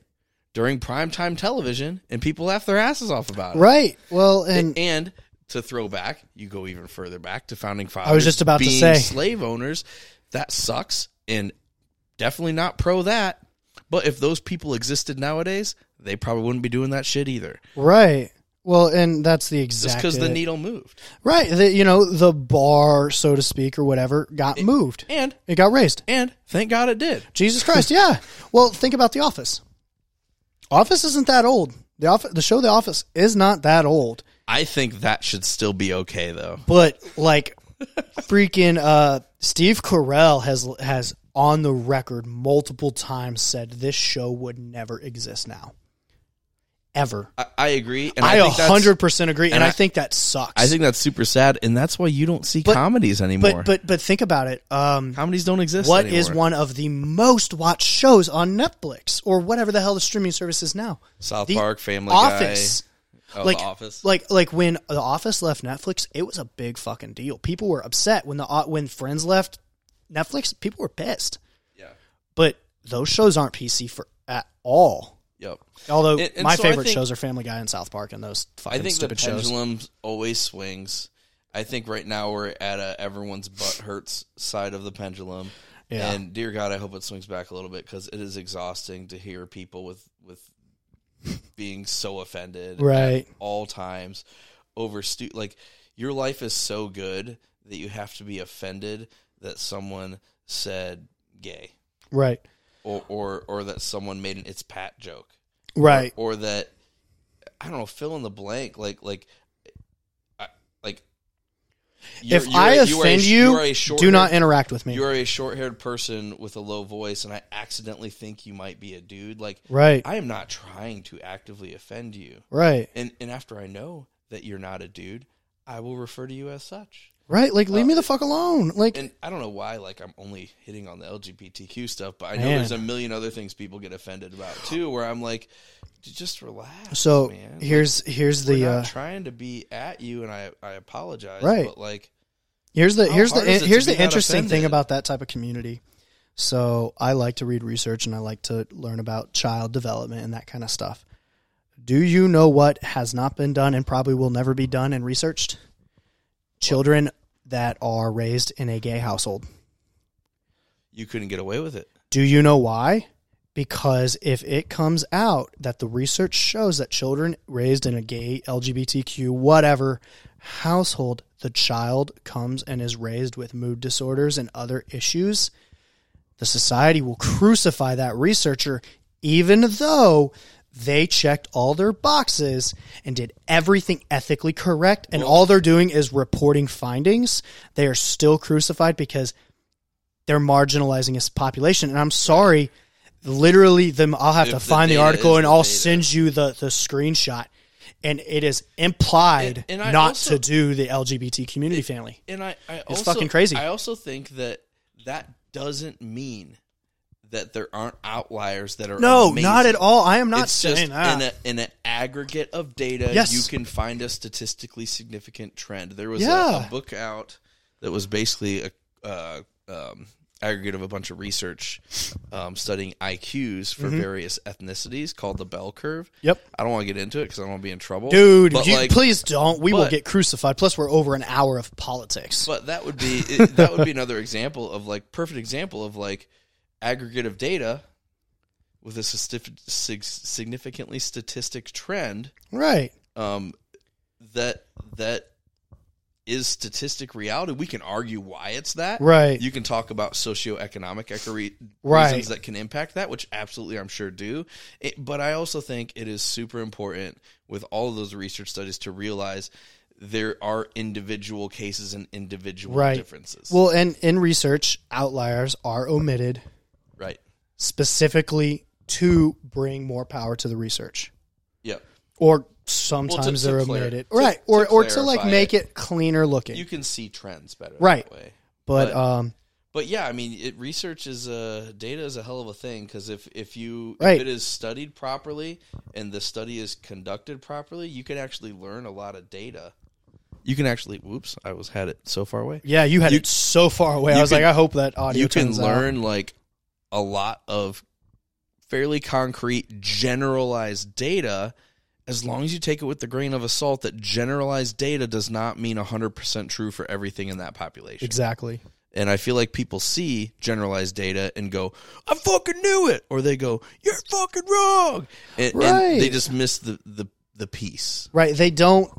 during primetime television and people laughed their asses off about it.
Right. Well,
And,
and
to throw back, you go even further back to founding fathers.
was just about to
being
say.
slave owners. That sucks, and definitely not pro that. But if those people existed nowadays, they probably wouldn't be doing that shit either.
right. Well, and that's the exact.
Just because the needle moved.
Right. The, you know, the bar, so to speak, or whatever, got moved.
And
It got raised.
and thank God it did.
Jesus Christ. yeah. Well, think about The Office. Office isn't that old. The office, the show The Office is not that old.
I think that should still be okay though.
But like freaking uh Steve Carell has has on the record multiple times said this show would never exist now. Ever.
I, I agree. And
I
I
a
think that's-
hundred percent agree, and,
and
I,
I-
think that sucks.
I think that's super sad, and that's why you don't see comedies anymore.
but but but think about it. Um
comedies don't exist.
what
anymore.
is one of the most watched shows on Netflix or whatever the hell the streaming service is now?
South
The
Park, Family
Office.
Guy, oh,
like
The Office.
like like when the office left netflix it was a big fucking deal people were upset when the O- when friends left netflix people were pissed
yeah.
but those shows aren't pc for at all
Yep.
although
And- and
my
so I
favorite
think-
shows are family guy and south park and those
I
fucking
think the
stupid shows
pendulum always swings. I think right now we're at a everyone's butt hurts side of the pendulum.
Yeah.
And dear God, I hope it swings back a little bit because it is exhausting to hear people with with being so offended at
Right.
all times over stu- like your life is so good that you have to be offended that someone said gay
right
or or or that someone made an it's pat joke
right
or that I don't know, fill in the blank, like like I, like. you're-
if
you're
I
a- you are a
offend
sh-
you,
are a short-
do not interact with me
You are a short-haired person with a low voice, and I accidentally think you might be a dude. Like
right
I am not trying to actively offend you,
right
and and after I know that you're not a dude, I will refer to you as such.
right like leave
Uh,
me the fuck alone like
And I don't know why, like I'm only hitting on the LGBTQ stuff, but I know
Man.
there's a million other things people get offended about too. Where I'm like, j- just relax.
so
man.
here's here's the
We're
uh,
not trying to be at you, and I I apologize.
Right.
but like
Here's the
How
here's the
hard is it to
here's
be
the
not
interesting thing
offended?
about that type of community. So I like to read research and I like to learn about child development and that kind of stuff. Do you know what has not been done and probably will never be done and researched? Children that are raised in a gay household.
you couldn't get away with it.
Do you know why? Because if it comes out that the research shows that children raised in a gay, LGBTQ, whatever household, the child comes and is raised with mood disorders and other issues, the society will crucify that researcher, even though they checked all their boxes and did everything ethically correct, and all they're doing is reporting findings. They are still crucified because they're marginalizing his population. And I'm sorry, literally, them. I'll have
If
to
the
find the,
data
article
is
and
the
I'll
data.
send you the the screenshot. And it is implied
And- and I
not
also-
to do the LGBT community family.
And I, I
It's
also,
fucking crazy.
I also think that that doesn't mean that there aren't outliers that are
No,
amazing.
not at all. I am not
it's
saying
just
that.
in a in an aggregate of data,
Yes.
you can find a statistically significant trend. There was a,
Yeah.
a book out that was basically a uh, um, aggregate of a bunch of research um, studying IQs for various ethnicities called the Bell Curve.
Mm-hmm. Yep.
I don't want to get into it because I don't want to be in trouble,
Dude,
But,
you-
like,
please don't. We will
but-
get crucified. Plus, we're over an hour of politics.
But that would be it, that would be another example of like perfect example of like aggregate of data with a stif- sig- significantly statistic trend
right.
um, that that is statistic reality. We can argue why it's that.
Right.
You can talk about socioeconomic eco-
Right.
reasons that can impact that, which absolutely I'm sure do. It, but I also think it is super important with all of those research studies to realize there are individual cases and individual
Right.
differences.
Well, and in research, outliers are omitted
right.
specifically to bring more power to the research.
Yeah.
Or sometimes
to
they're
clar-
omitted.
to-
right.
to
Or or to like
clarify
make it cleaner looking.
You can see trends better
Right.
that way.
but,
but-
um
But yeah, I mean, it, research is a data is a hell of a thing because if if you
Right.
if it is studied properly and the study is conducted properly, you can actually learn a lot of data. You can actually, whoops, I was had it so far away.
yeah, you had it so far away. I
you
was like,
can-
I hope that audio
you can
turns out.
learn like a lot of fairly concrete, generalized data. As long as you take it with the grain of a salt, that generalized data does not mean 100% true for everything in that population.
Exactly.
And I feel like people see generalized data and go, I fucking knew it. Or they go, you're fucking wrong. And,
Right.
and they just miss the, the, the piece.
Right. They don't.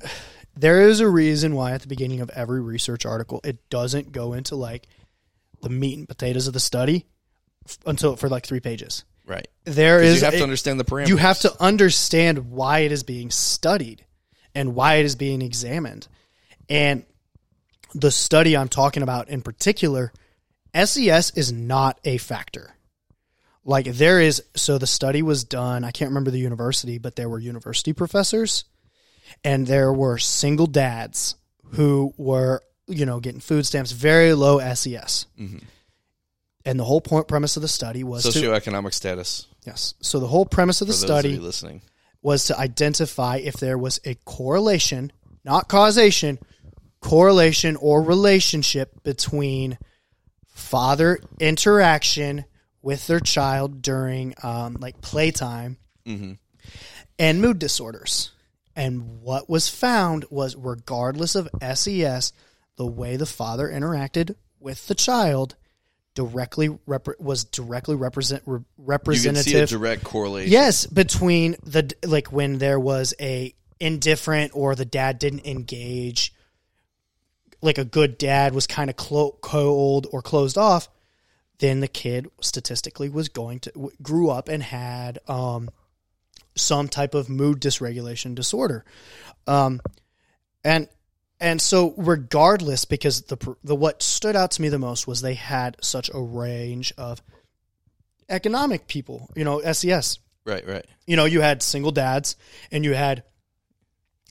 There is a reason why at the beginning of every research article, it doesn't go into like the meat and potatoes of the study f- until for like three pages.
Right.
There is
you have
it-
to understand the parameters.
you have to understand why it is being studied and why it is being examined. And the study I'm talking about in particular, SES is not a factor. Like there is so the study was done, I can't remember the university, but there were university professors and there were single dads who were, you know, getting food stamps, very low SES.
Mm-hmm.
And the whole point premise of the study was to
Socioeconomic status.
yes. So the whole premise of the
For those
study
of you listening.
was to identify if there was a correlation, not causation, correlation or relationship between father interaction with their child during um, like playtime
Mm-hmm.
and mood disorders. And what was found was, regardless of SES, the way the father interacted with the child directly repre- was directly represent
You
re-
can see a
representative
direct correlation.
Yes, between the d- like when there was a indifferent or the dad didn't engage, like a good dad was kind of clo- cold or closed off, then the kid statistically was going to w- grew up and had um, some type of mood dysregulation disorder, um, and and so regardless, because the pr- the what stood out to me the most was they had such a range of economic people, you know, E SES
Right, right.
you know, you had single dads and you had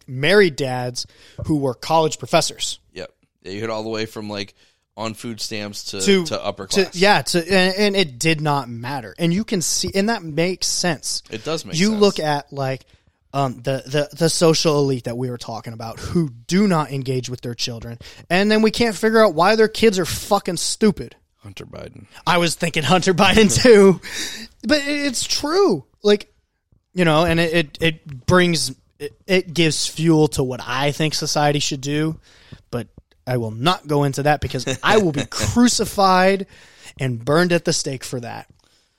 married dads who were college professors.
Yep. Yeah, you hit all the way from like on food stamps to,
To-
to, upper class.
To, yeah, to and, and it did not matter. And you can see and that makes sense.
It does make
you
sense.
look at like um, the, the the social elite that we were talking about who do not engage with their children and then we can't figure out why their kids are fucking stupid.
Hunter Biden.
I was thinking Hunter
Hmm.
Biden too, but it, it's true. Like, you know, and it it, it brings it, it gives fuel to what I think society should do, but I will not go into that because I will be crucified and burned at the stake for that.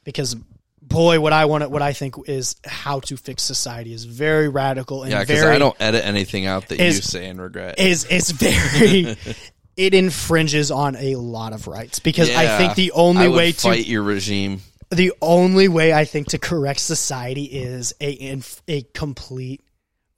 Because boy, what I want, what I think is how to fix society is very radical and
Yeah, because
very
I don't edit anything out that you
Is-
say and regret.
is is very. It infringes on a lot of rights because I
Yeah.
think the only
I would
way to
fight your regime.
the only way I think to correct society is a inf- a complete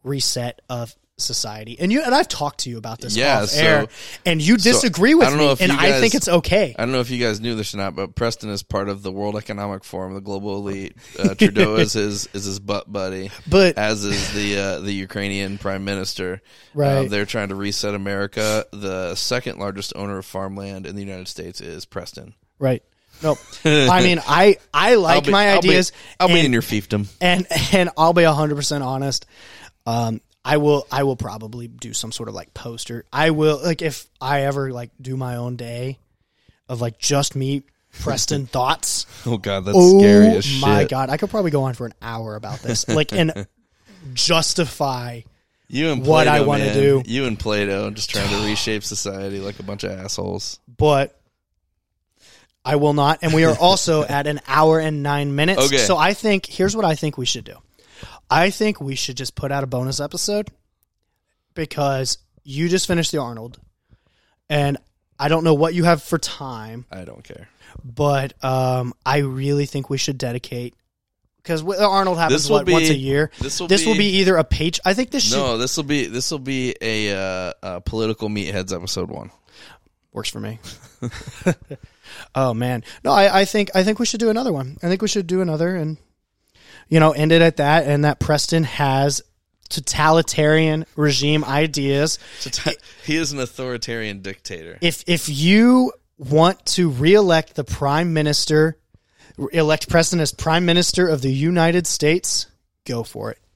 reset of society. And you and I've talked to you about this
Yeah,
off
so-
air, and you disagree
I
with
don't
me,
know if
and
you
I
guys-
think it's okay.
I don't know if you guys knew this or not, but Preston is part of the World Economic Forum, the global elite. Uh, Trudeau is his is his butt buddy,
But-
as is the uh, the Ukrainian prime minister. Uh,
Right.
they're trying to reset America. The second largest owner of farmland in the United States is Preston.
right. Nope. I mean, I I like
be-
my
I'll be-
ideas.
I'll be,
and-
in your fiefdom.
and and I'll be hundred percent honest. Um, I will I will probably do some sort of like poster. I will like if I ever like do my own day of like just me Preston thoughts.
Oh god, that's
Oh
scary as shit.
my god, I could probably go on for an hour about this, like and justify.
You and Plato,
What I wanna
want to
do.
You and Plato just trying to reshape society like a bunch of assholes.
but I will not. And we are also at an hour and nine minutes.
Okay.
So I think here's what I think we should do. I think we should just put out a bonus episode because you just finished the Arnold, and I don't know what you have for time,
I don't care.
but um, I really think we should dedicate because Arnold happens
will
what, once
be-
a year.
this will
will
be-
be either a page. I think this should,
No, this will be this will be a, uh, uh political meatheads episode one.
works for me. oh man, no, I, I think I think we should do another one. I think we should do another, and you know, end it at that. And that Preston has totalitarian regime ideas.
So t- he is an authoritarian dictator.
If if you want to reelect the prime minister, elect Preston as prime minister of the United States, go for it.